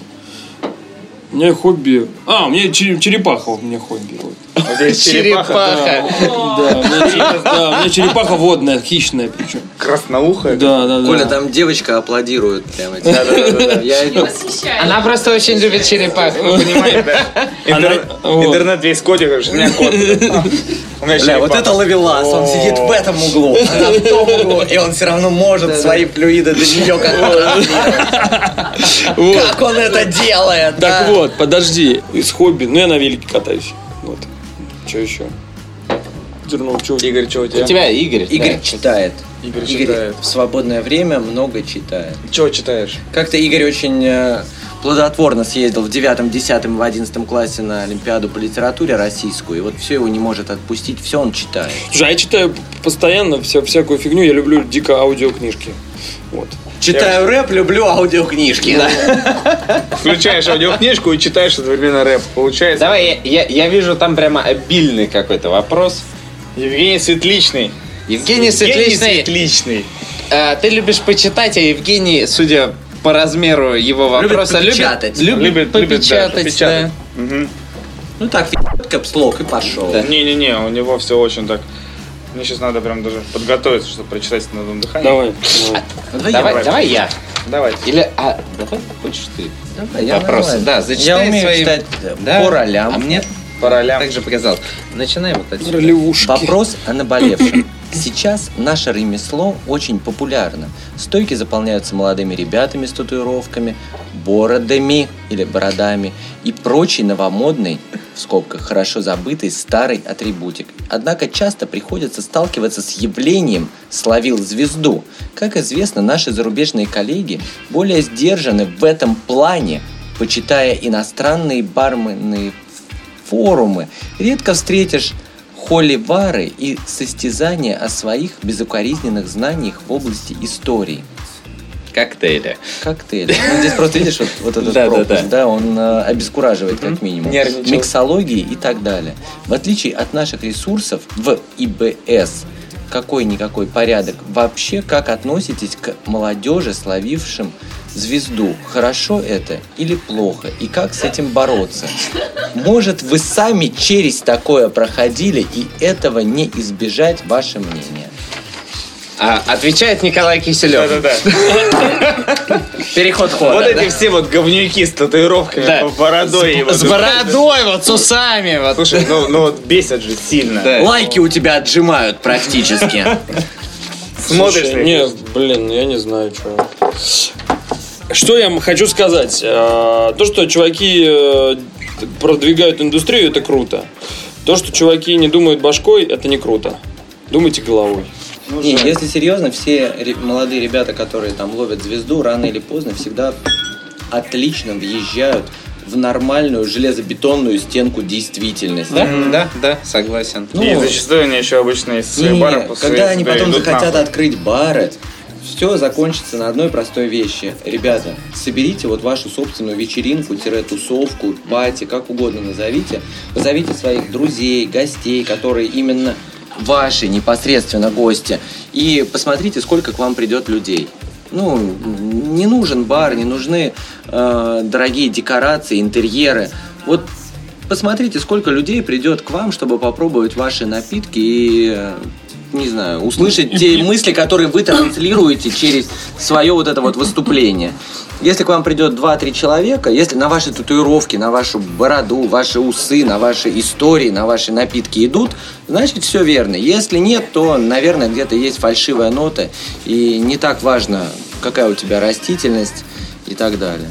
C: У меня хобби. А, у меня чере- черепаха у меня хобби. вот.
D: Вот здесь черепаха.
H: черепаха.
C: Да, у меня черепаха- да, у меня черепаха водная, хищная причем.
D: Красноухая.
C: Да, да, да.
A: Коля, там девочка аплодирует прямо. тебе. Я иду.
B: Она просто очень любит черепах.
D: Понимаете, да? Интернет-
C: Она- вот.
D: Интернет весь кодик, у меня кот. У меня
A: Бля, вот
D: черепаха.
A: это ловелас, он сидит в этом углу, она в том углу, и он все равно может свои флюиды до нее как Как он это делает,
C: Так
A: да?
C: вот, подожди, из хобби. Ну я на велике катаюсь. Вот. Че еще? Дернул, чё?
D: Игорь, что у
H: У
D: тебя?
H: тебя Игорь.
A: Игорь читает.
D: Игорь
A: Игорь
D: читает.
A: в свободное время много читает.
D: Чего читаешь?
A: Как-то Игорь очень э, плодотворно съездил в 9, 10 и 11 классе на Олимпиаду по литературе российскую, и вот все его не может отпустить, все он читает.
C: Слушай, а я читаю постоянно вся, всякую фигню, я люблю дико аудиокнижки. Вот.
A: Читаю рэп, люблю аудиокнижки.
D: Включаешь аудиокнижку и читаешь одновременно рэп. Получается,
B: Давай, я, я- я вижу там прямо обильный какой-то вопрос.
D: Евгений Светличный.
B: Евгений
D: Евгений
B: Светличный,
D: Светличный.
B: а, ты любишь почитать, а Евгений, судя по размеру его
A: Любит
B: вопроса, любит,
A: попечатать.
D: Любит-
B: любит
D: любит, да,
B: попечатать, да.
D: попечатать. Мгм.
A: Ну так, капслок и пошел.
D: Не-не-не, у него все очень так. Мне сейчас надо прям даже подготовиться, чтобы прочитать на одном дыхании.
C: Давай.
B: Ну, Давай, давай я.
D: Давай.
B: Или, а, давай хочешь ты.
A: Давай, я
B: Вопросы,
A: нормально.
B: да, зачитай
A: Я умею
B: свои-
A: читать э,
B: Да?
A: по ролям.
B: А мне
D: По ролям.
B: также показал. Начинай вот отсюда.
A: Вопрос о наболевшем. Сейчас наше ремесло очень популярно. Стойки заполняются молодыми ребятами с татуировками, бородами или бородами и прочей новомодной, в скобках, хорошо забытой старой атрибутик. Однако часто приходится сталкиваться с явлением «словил звезду». Как известно, наши зарубежные коллеги более сдержаны в этом плане, почитая иностранные барменные форумы, редко встретишь холивары и состязания о своих безукоризненных знаниях в области истории.
B: Коктейли.
A: Коктейли. Ну, здесь просто видишь вот, вот этот
B: Да, да,
A: пропуск, да,
B: да.
A: он э, обескураживает как минимум.
B: Нервничал.
A: Миксологии и так далее. В отличие от наших ресурсов в ИБС, какой-никакой порядок, вообще как относитесь к молодежи, словившим звезду? Хорошо это или плохо? И как с этим бороться? Может, вы сами через такое проходили, и этого не избежать, ваше мнение?
B: А, отвечает Николай Киселев.
D: Да-да-да.
B: Переход хода.
D: Вот эти все вот говнюки с татуировками,
B: Да.
D: бородой. и вот
B: С
D: это.
B: бородой, вот с усами. Вот.
D: Слушай, ну, ну вот бесят же сильно.
B: Да.
A: Лайки у тебя отжимают практически.
D: Смотришь на
C: Слушай,
D: них.
C: не, блин, я не знаю, что. Что я м- хочу сказать? А, То, что чуваки э, продвигают индустрию, это круто. То, что чуваки не думают башкой, это не круто. Думайте головой.
A: Не, если серьезно, все ре- молодые ребята, которые там ловят звезду, рано или поздно всегда отлично въезжают в нормальную железобетонную стенку действительности.
B: Да, да, да, согласен.
A: Ну,
D: И зачастую они еще обычно из своих
A: не-не-не,
D: баров после
A: когда они
D: себя
A: потом
D: идут
A: захотят
D: нахуй.
A: открыть бары, Все закончится на одной простой вещи. Ребята, соберите вот вашу собственную вечеринку, тире, тусовку, пати, как угодно назовите. Позовите своих друзей, гостей, которые именно ваши непосредственно гости. И посмотрите, сколько к вам придет людей. Ну, не нужен бар, не нужны э, дорогие декорации, интерьеры. Вот посмотрите, сколько людей придет к вам, чтобы попробовать ваши напитки и, э, не знаю, услышать те мысли, которые вы транслируете через свое вот это вот выступление. Если к вам придет 2-3 человека, если на ваши татуировки, на вашу бороду, ваши усы, на ваши истории, на ваши напитки идут, значит все верно. Если нет, то, наверное, где-то есть фальшивая нота, и не так важно, какая у тебя растительность и так далее.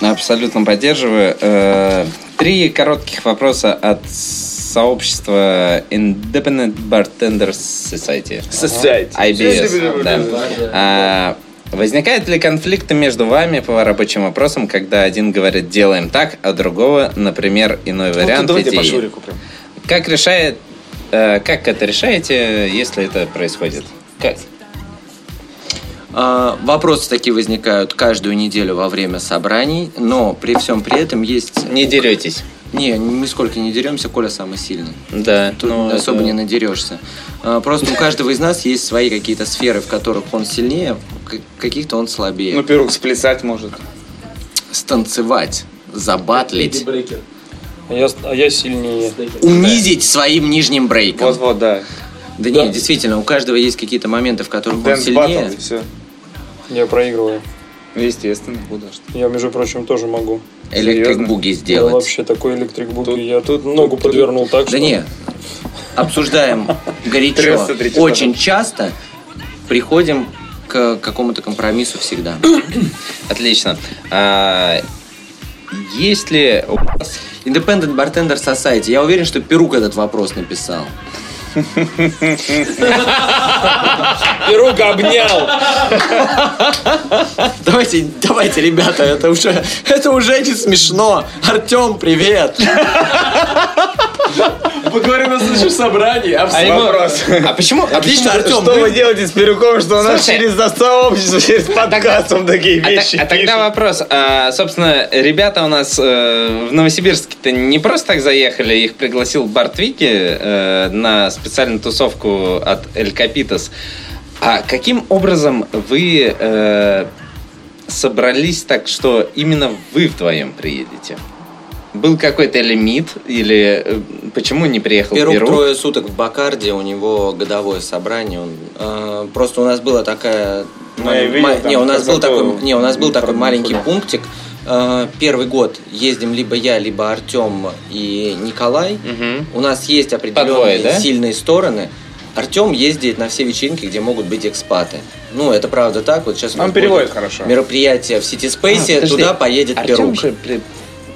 B: Абсолютно поддерживаю. Э, Три коротких вопроса от сообщества Independent Bartenders Society.
D: Society.
B: IBS. да. А, Возникают ли конфликты между вами по рабочим вопросам, когда один говорит «делаем так», а другого, например, иной вариант
D: Ну, давайте по
B: идеи?
D: Шурику прям.
B: Как решает, э, как это решаете, если это происходит? Как?
A: А, Вопросы такие возникают каждую неделю во время собраний, но при всем при этом есть...
B: Не деретесь.
A: Не, мы сколько не деремся, Коля самый сильный.
B: Да.
A: Тут
B: ну,
A: особо
B: это-
A: не надерешься. А, Просто у каждого из нас есть свои какие-то сферы, в которых он сильнее, в к- каких-то он слабее.
D: Ну, пирог сплясать может.
A: Станцевать, забатлить,
J: А я, а я сильнее.
A: унизить своим нижним брейком.
D: Вот-вот, да.
A: Да, нет, действительно, у каждого есть какие-то моменты, в которых он
D: Дэнс
A: сильнее.
D: баттл, и все.
J: Я проигрываю.
D: Естественно, куда ж ты.
J: Я, между прочим, тоже могу.
A: Электрик
D: Серьезно?
A: буги
J: Я
A: сделать.
J: вообще такой электрик буки.
D: Тут-
J: Я тут ногу подвернул так, что...
A: Да не, обсуждаем горячо,
D: 330
A: очень часто, приходим к какому-то компромиссу всегда.
B: Отлично. А, есть ли у вас
A: Independent Bartender Society. Я уверен, что Перук этот вопрос написал.
J: И рука обнял.
A: Давайте, давайте, ребята, это уже, это уже не смешно. Артем, привет.
D: Поговорим на следующем собрании. Вопрос.
B: А почему? а
A: Отлично,
B: почему-
A: Артем.
D: Что вы делаете с Пирюком, что у нас
B: Слушай,
D: через сообщество, через подкаст он такие
B: А,
D: вещи
B: та- а
D: пишет?
B: тогда вопрос. А, собственно, ребята у нас э, в Новосибирске-то не просто так заехали, их пригласил Барт Вики э, на специальную тусовку от Эль Капитас. А каким образом вы э, собрались так, что именно вы вдвоем приедете? Был какой-то лимит или э, почему не приехал
A: Перук
B: Перук?
A: трое суток в Бакарде, у него годовое собрание. Он, э, просто у нас была такая...
D: Ну, я видел, там
A: не, у нас был
D: красоту.
A: такой, не, у нас был
D: Не
A: такой
D: пробовал
A: маленький
D: никуда.
A: пунктик. Э, первый год ездим либо я, либо Артем и Николай.
B: Мгм.
A: У нас есть определенные
B: По двое, да?
A: сильные стороны. Артем ездит на все вечеринки, где могут быть экспаты. Ну, это правда так. Вот сейчас у нас
D: Он переводит
A: будет
D: хорошо.
A: мероприятие в Сити Спейсе,
B: А, подожди.
A: туда поедет
B: Артем
A: Перук.
B: же при-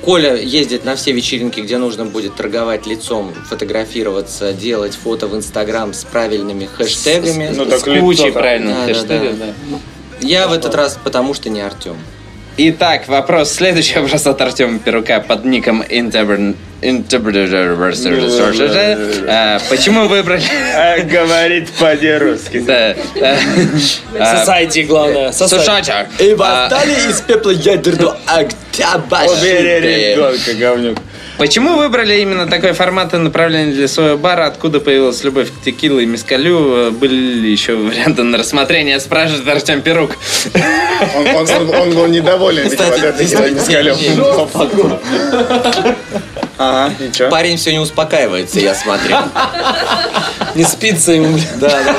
A: Коля ездит на все вечеринки, где нужно будет торговать лицом, фотографироваться, делать фото в Инстаграм с правильными хэштегами.
D: Ну,
B: с
D: так лицо
B: кучей
D: там.
B: правильных
A: Да, да,
B: хэштегов, да.
A: Я в этот раз, потому что не Артем.
B: Итак, вопрос. Следующий вопрос от Артема Перука под ником Interber- Interpreter- А, Почему выбрали...
D: А, Говорит по-дерусски.
B: Да. э, А,
J: Сосайте, главное. Сосайте.
B: Слушайте,
K: И
B: а,
K: восстали из пепла ядерного
D: Убери
K: октября.
D: ребенка, говнюк.
B: Почему выбрали именно такой формат и направление для своего бара? Откуда появилась любовь к текилу и мискалю? Э, Были ли еще варианты на рассмотрение? Спрашивает Артем Перук.
L: Он, он- он- он был недоволен, видимо,
A: Кстати, ну,
L: да, таким мискалем.
D: Ага, и чё?
A: Парень все не успокаивается, я смотрю.
J: Не спится ему, блин.
A: Да, да,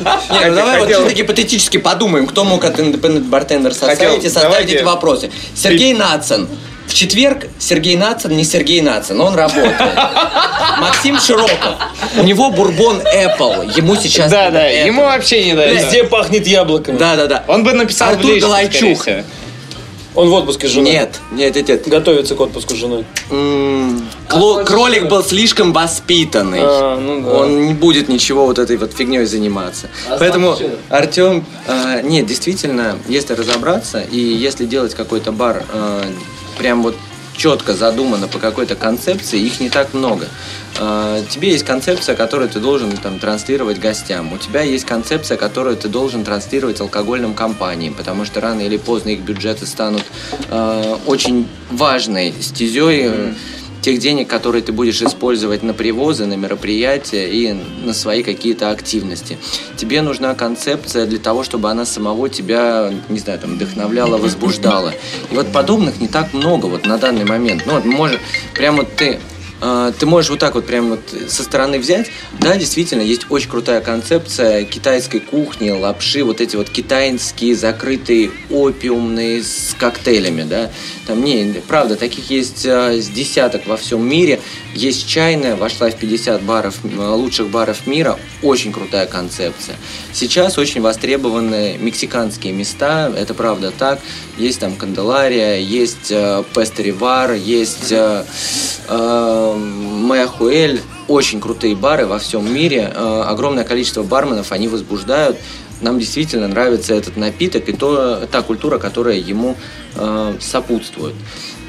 A: да. Не, ну давай вот
D: хотел-
A: чисто гипотетически подумаем, кто мог от Independent Bartender
D: Хотел,
A: Society составить
D: давайте-
A: эти вопросы. Сергей Нацин. В четверг Сергей Нацин не Сергей Нацин, он работает. Максим Широков. У него бурбон Apple. Ему сейчас...
B: Да,
A: надо
B: да,
A: это.
B: ему вообще не дали.
J: Везде пахнет яблоками.
A: Да, да, да.
B: Он бы написал
A: Артур
B: в личку,
A: Галайчук.
B: скорее всего.
J: Он в отпуске с женой.
A: Нет, нет, нет, нет.
J: Готовится к отпуску с женой.
A: М, кло- кролик был слишком воспитанный.
J: А, ну да.
A: Он не будет ничего вот этой вот фигней заниматься. Поэтому, Артем, э, нет, действительно, если разобраться и если делать какой-то бар э, а, прям вот четко задумано по какой-то концепции, их не так много. Э, Тебе есть концепция, которую ты должен там, транслировать гостям. У тебя есть концепция, которую ты должен транслировать алкогольным компаниям, потому что рано или поздно их бюджеты станут э, очень важной стезей э, тех денег, которые ты будешь использовать на привозы, на мероприятия и на свои какие-то активности. Тебе нужна концепция для того, чтобы она самого тебя, не знаю, там, вдохновляла, возбуждала. И вот подобных не так много вот на данный момент. Ну, вот может, прямо вот ты а, ты можешь вот так вот прям вот со стороны взять. Да, действительно, есть очень крутая концепция китайской кухни, лапши, вот эти вот китайские закрытые опиумные с коктейлями, да. Там, не, правда, таких есть а, с десяток во всем мире. Есть чайная, вошла в 50 баров, м, лучших баров мира. Очень крутая концепция. Сейчас очень востребованы мексиканские места, это правда так. Есть там Канделария, есть э, Пестеривар, есть э, э, Мэя Хуэль. Очень крутые бары во всем мире. Э, огромное количество барменов, они возбуждают. Нам действительно нравится этот напиток и то, та культура, которая ему э, сопутствует.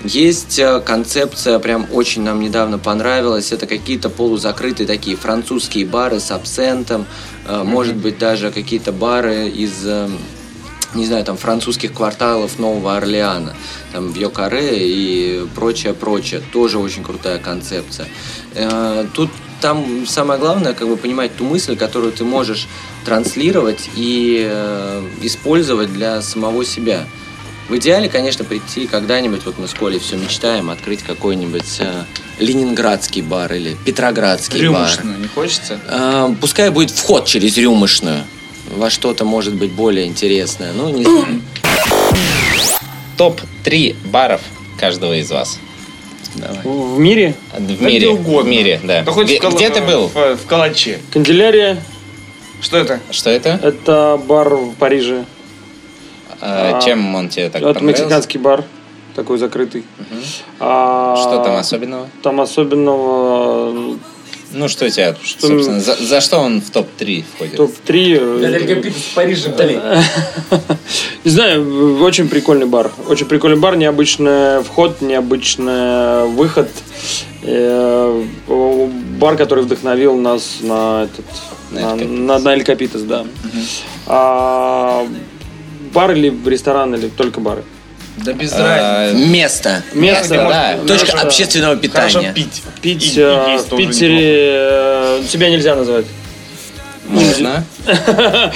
A: Есть э, концепция, прям очень нам недавно понравилась, это какие-то полузакрытые такие французские бары с абсентом, э, может быть даже какие-то бары из э, не знаю, там, французских кварталов Нового Орлеана, там, в Йокаре и прочее, прочее. Тоже очень крутая концепция. Э, Тут там самое главное, как бы, понимать ту мысль, которую ты можешь транслировать и э, использовать для самого себя. В идеале, конечно, прийти когда-нибудь, вот мы с Колей все мечтаем, открыть какой-нибудь э, ленинградский бар или петроградский бар.
D: Рюмочную не хочется?
A: А, Пускай будет вход через рюмочную во что-то может быть более интересное. Ну, не знаю.
B: Топ-3 баров каждого из вас.
C: В мире
B: В
D: Да где
B: мире. В
D: угодно.
B: мире, да.
D: Да э, хоть
B: Где,
D: в Кала-
B: где ты был?
D: В, в Калаче.
C: Канделярия
D: Что это?
B: Что это?
C: это бар в Париже.
B: А,
C: А,
B: чем он тебе так
C: Это
B: понравился?
C: мексиканский бар, такой закрытый. А,
B: Что там особенного?
C: Там особенного
B: Ну, что тебя,
C: Что-
B: собственно, за, за что он в топ-3 входит?
C: топ-3.
M: в Париже вдали.
C: э, Не знаю, очень прикольный бар. Очень прикольный бар, необычный вход, необычный выход. Э, о, Бар, который вдохновил нас на этот...
B: На
C: На,
B: Эль
C: на, на Эль Капитас, да. А, бар или ресторан, или только бары?
D: Да без
B: А,
A: Место.
C: Место,
B: да.
C: может,
A: Точка
C: хорошо.
A: общественного
D: Хорошо
A: питания.
D: пить.
C: Пить,
D: И- и
C: э,
D: есть
C: в
D: тоже
C: Питере э, тебя нельзя называть.
B: Можно.
C: Конечно,
D: Да,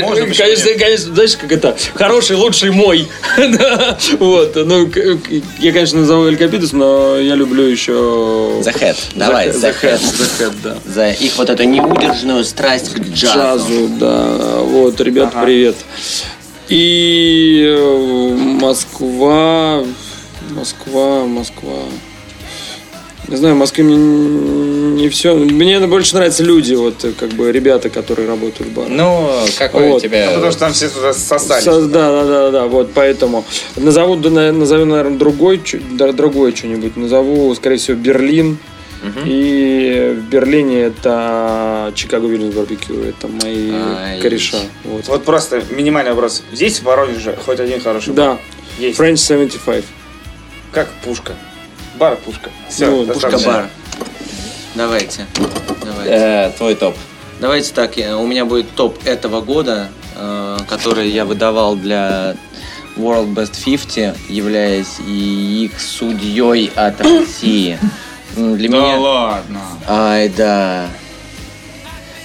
D: можно, почему
C: э, конечно,
D: нет?
C: конечно, знаешь, как это? Хороший, лучший мой. Да, Вот, ну, к- к- я, конечно, назову Эль Капитус, но я люблю еще...
A: The Head. Давай, The Head.
C: Head, The Head, да.
A: За их вот эту неудержную страсть к джазу.
C: Джазу, да. Вот, ребят, привет. И э, Москва... Москва, Москва... Не знаю, в Москве мне не все. Мне больше нравятся люди, вот как бы ребята, которые работают в баре.
B: Ну, какой у
C: Вот.
B: тебя...
D: Потому что там все туда сосались.
C: Со- да, да, да, да, вот поэтому. Назову, да, на- назову, наверное, другой, чу- да, другое что-нибудь. Назову, скорее всего, Берлин. И в Берлине это Чикаго Вильнюс Барбекю. Это мои
A: Ай.
C: кореша. Вот.
D: Вот просто минимальный вопрос. Здесь в Воронеже хоть один хороший бар?
C: Да,
D: Есть.
C: French 75.
D: Как пушка. Бар пушка. Все,
C: Ну,
A: Пушкабар. Давайте. Давайте.
B: Э, твой топ.
A: Давайте так, я- у меня будет топ этого года, э, который я выдавал для World Best 50, являясь и их судьей от России. М, Для меня...
D: ладно.
A: Ай, да.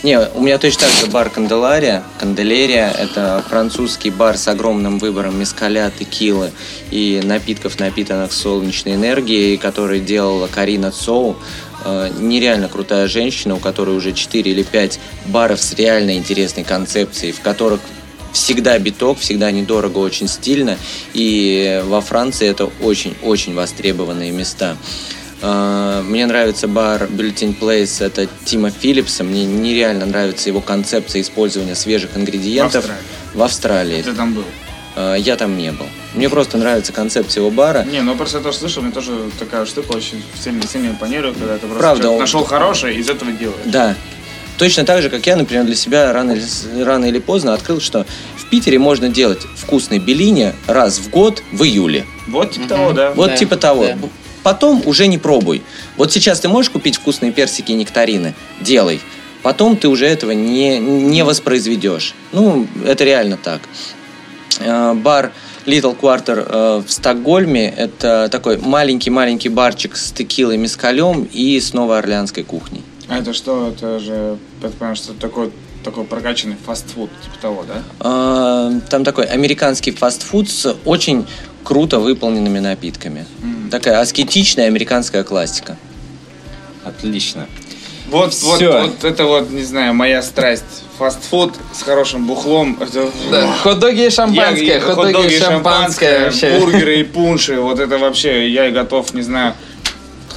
A: Не, у меня точно так же бар Канделария. Канделерия – это французский бар с огромным выбором мескаля, текилы и напитков, напитанных солнечной энергией, который делала Карина Цоу. Э, Нереально крутая женщина, у которой уже 4 или 5 баров с реально интересной концепцией, в которых всегда биток, всегда недорого, очень стильно. И во Франции это очень-очень востребованные места. Э, Мне нравится бар Bulletin Place, это Тима Филлипса. Мне нереально нравится его концепция использования свежих ингредиентов
D: В
A: в Австралии.
D: Австралии. Ты там был.
A: Э, Я там не был. Мне просто нравится концепция его бара.
D: Не, ну просто я тоже слышал, мне тоже такая штука очень сильно, сильно импонирует, когда ты просто
A: Правда,
D: чё-то
A: он-
D: нашел хорошее и из этого делаешь.
A: Да. Точно так же, как я, например, для себя рано или, с- рано или поздно открыл, что в Питере можно делать вкусный белини раз в год в июле.
D: Вот типа того, да.
A: Вот
B: Да,
A: типа того.
B: да.
A: Потом уже не пробуй. Вот сейчас ты можешь купить вкусные персики и нектарины? Делай. Потом ты уже этого не, не воспроизведешь. Ну, это реально так. Э, Бар Little Quarter э, в Стокгольме – это такой маленький-маленький барчик с текилой, мискалем и с новоорлеанской кухней.
D: А это что? Это же, я понимаю, что такой, такой прокачанный фастфуд, типа того, да?
A: Э, Там такой американский фастфуд с очень круто выполненными напитками. Такая аскетичная американская классика.
K: Отлично.
D: Вот, вот,
B: Всё.
D: вот это вот, не знаю, моя страсть. Фастфуд с хорошим бухлом. Это-
B: Хот-доги и
D: Я-
B: шампанское,
D: я-
B: хот-доги и шампанское вообще.
D: бургеры и пунши. Вот это вообще я готов, не знаю.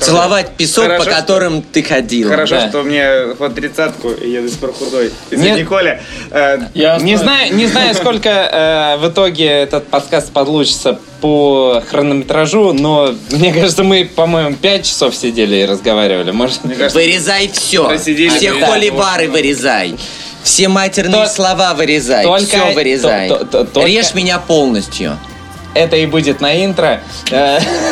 A: Целовать песок,
D: Хорошо,
A: по
D: что-
A: которым ты ходил.
D: Хорошо,
A: Да.
D: что мне под тридцатку, и я до сих пор худой. Извини,
B: Нет.
D: Коля. Э,
J: Я
B: Не знаю, не знаю, сколько э, в итоге этот подкаст получится по хронометражу, но мне кажется, мы, по-моему, 5 часов сидели и разговаривали. Может,
D: мне кажется,
K: Вырезай все.
D: Просидели,
K: все
D: да.
K: холивары вырезай. Все матерные
B: То-
K: слова вырезай.
B: только-
K: все вырезай.
B: то- то- то- только-
K: Режь меня полностью.
B: это и будет на интро.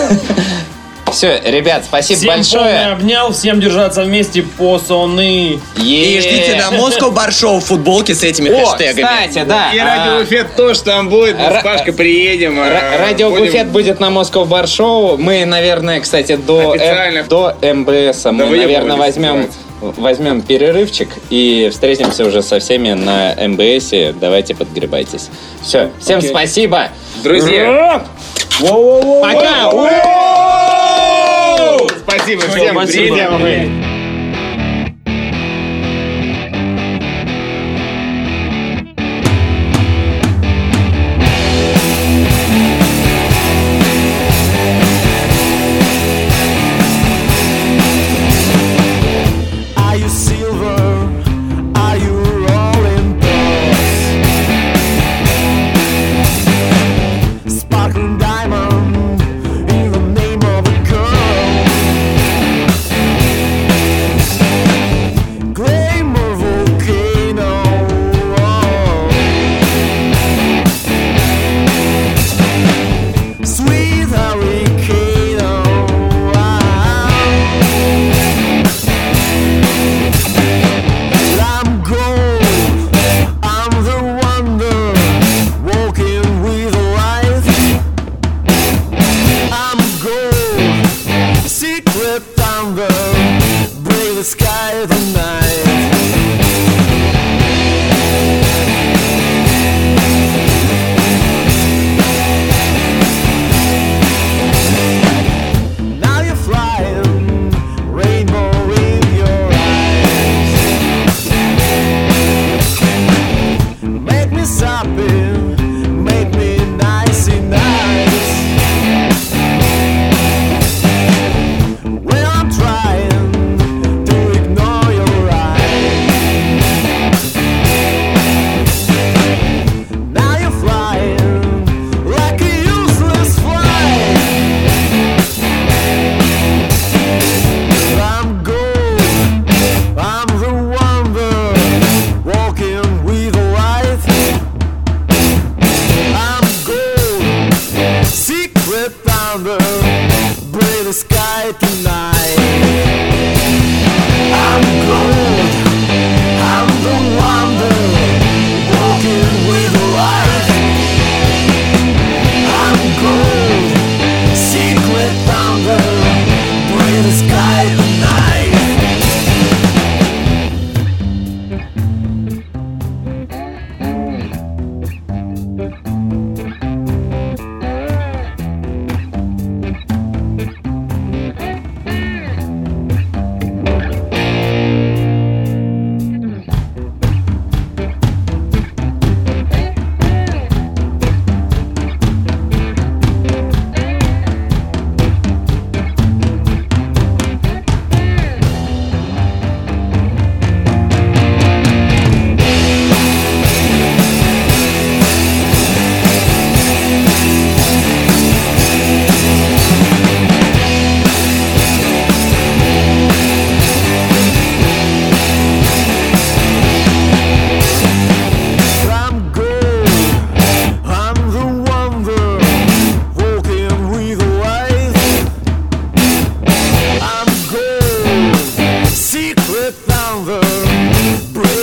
B: Все, ребят, спасибо
J: Всем помню,
B: большое.
J: обнял, всем держаться вместе, пацаны.
K: И
B: Е-е-е.
K: ждите на Moscow Bar Show футболки с этими
B: Э. О,
K: хэштегами.
B: кстати, да.
D: И
B: а,
D: радиобуфет тоже там будет. Мы
B: Ра-
D: с Пашкой приедем.
B: Ра-
D: э,
B: Радио
D: будем-
B: Буфет будет на Москва Бар Шоу. Мы, наверное, кстати, до,
D: Официально.
B: М- до МБС мы,
D: вы
B: наверное,
D: ебанулись,
B: возьмем, возьмем перерывчик и встретимся уже со всеми на МБС. Давайте подгребайтесь. Все, всем спасибо.
D: Друзья.
B: Пока!
D: Спасибо всем. Приедем мы.
N: Are you silver? Are you rolling balls? Sparkling diamond in the name of a girl. Glamour volcano. oh. Sweet oh, hurricane. I'm gold. I'm the wonder walking with life. I'm gold. Secret thunder break the sky tonight. Now you're flying, rainbow in your eyes. Make me soppy, make me nice and nice. When I'm trying to ignore your eyes.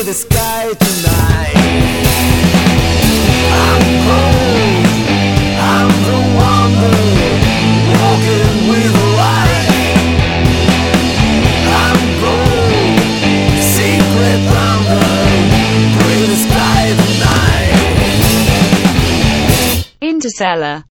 N: the sky tonight. I'm home. I'm the wonder walking with the light. I'm gold, secret thunder, bring the sky tonight.
O: Interstellar.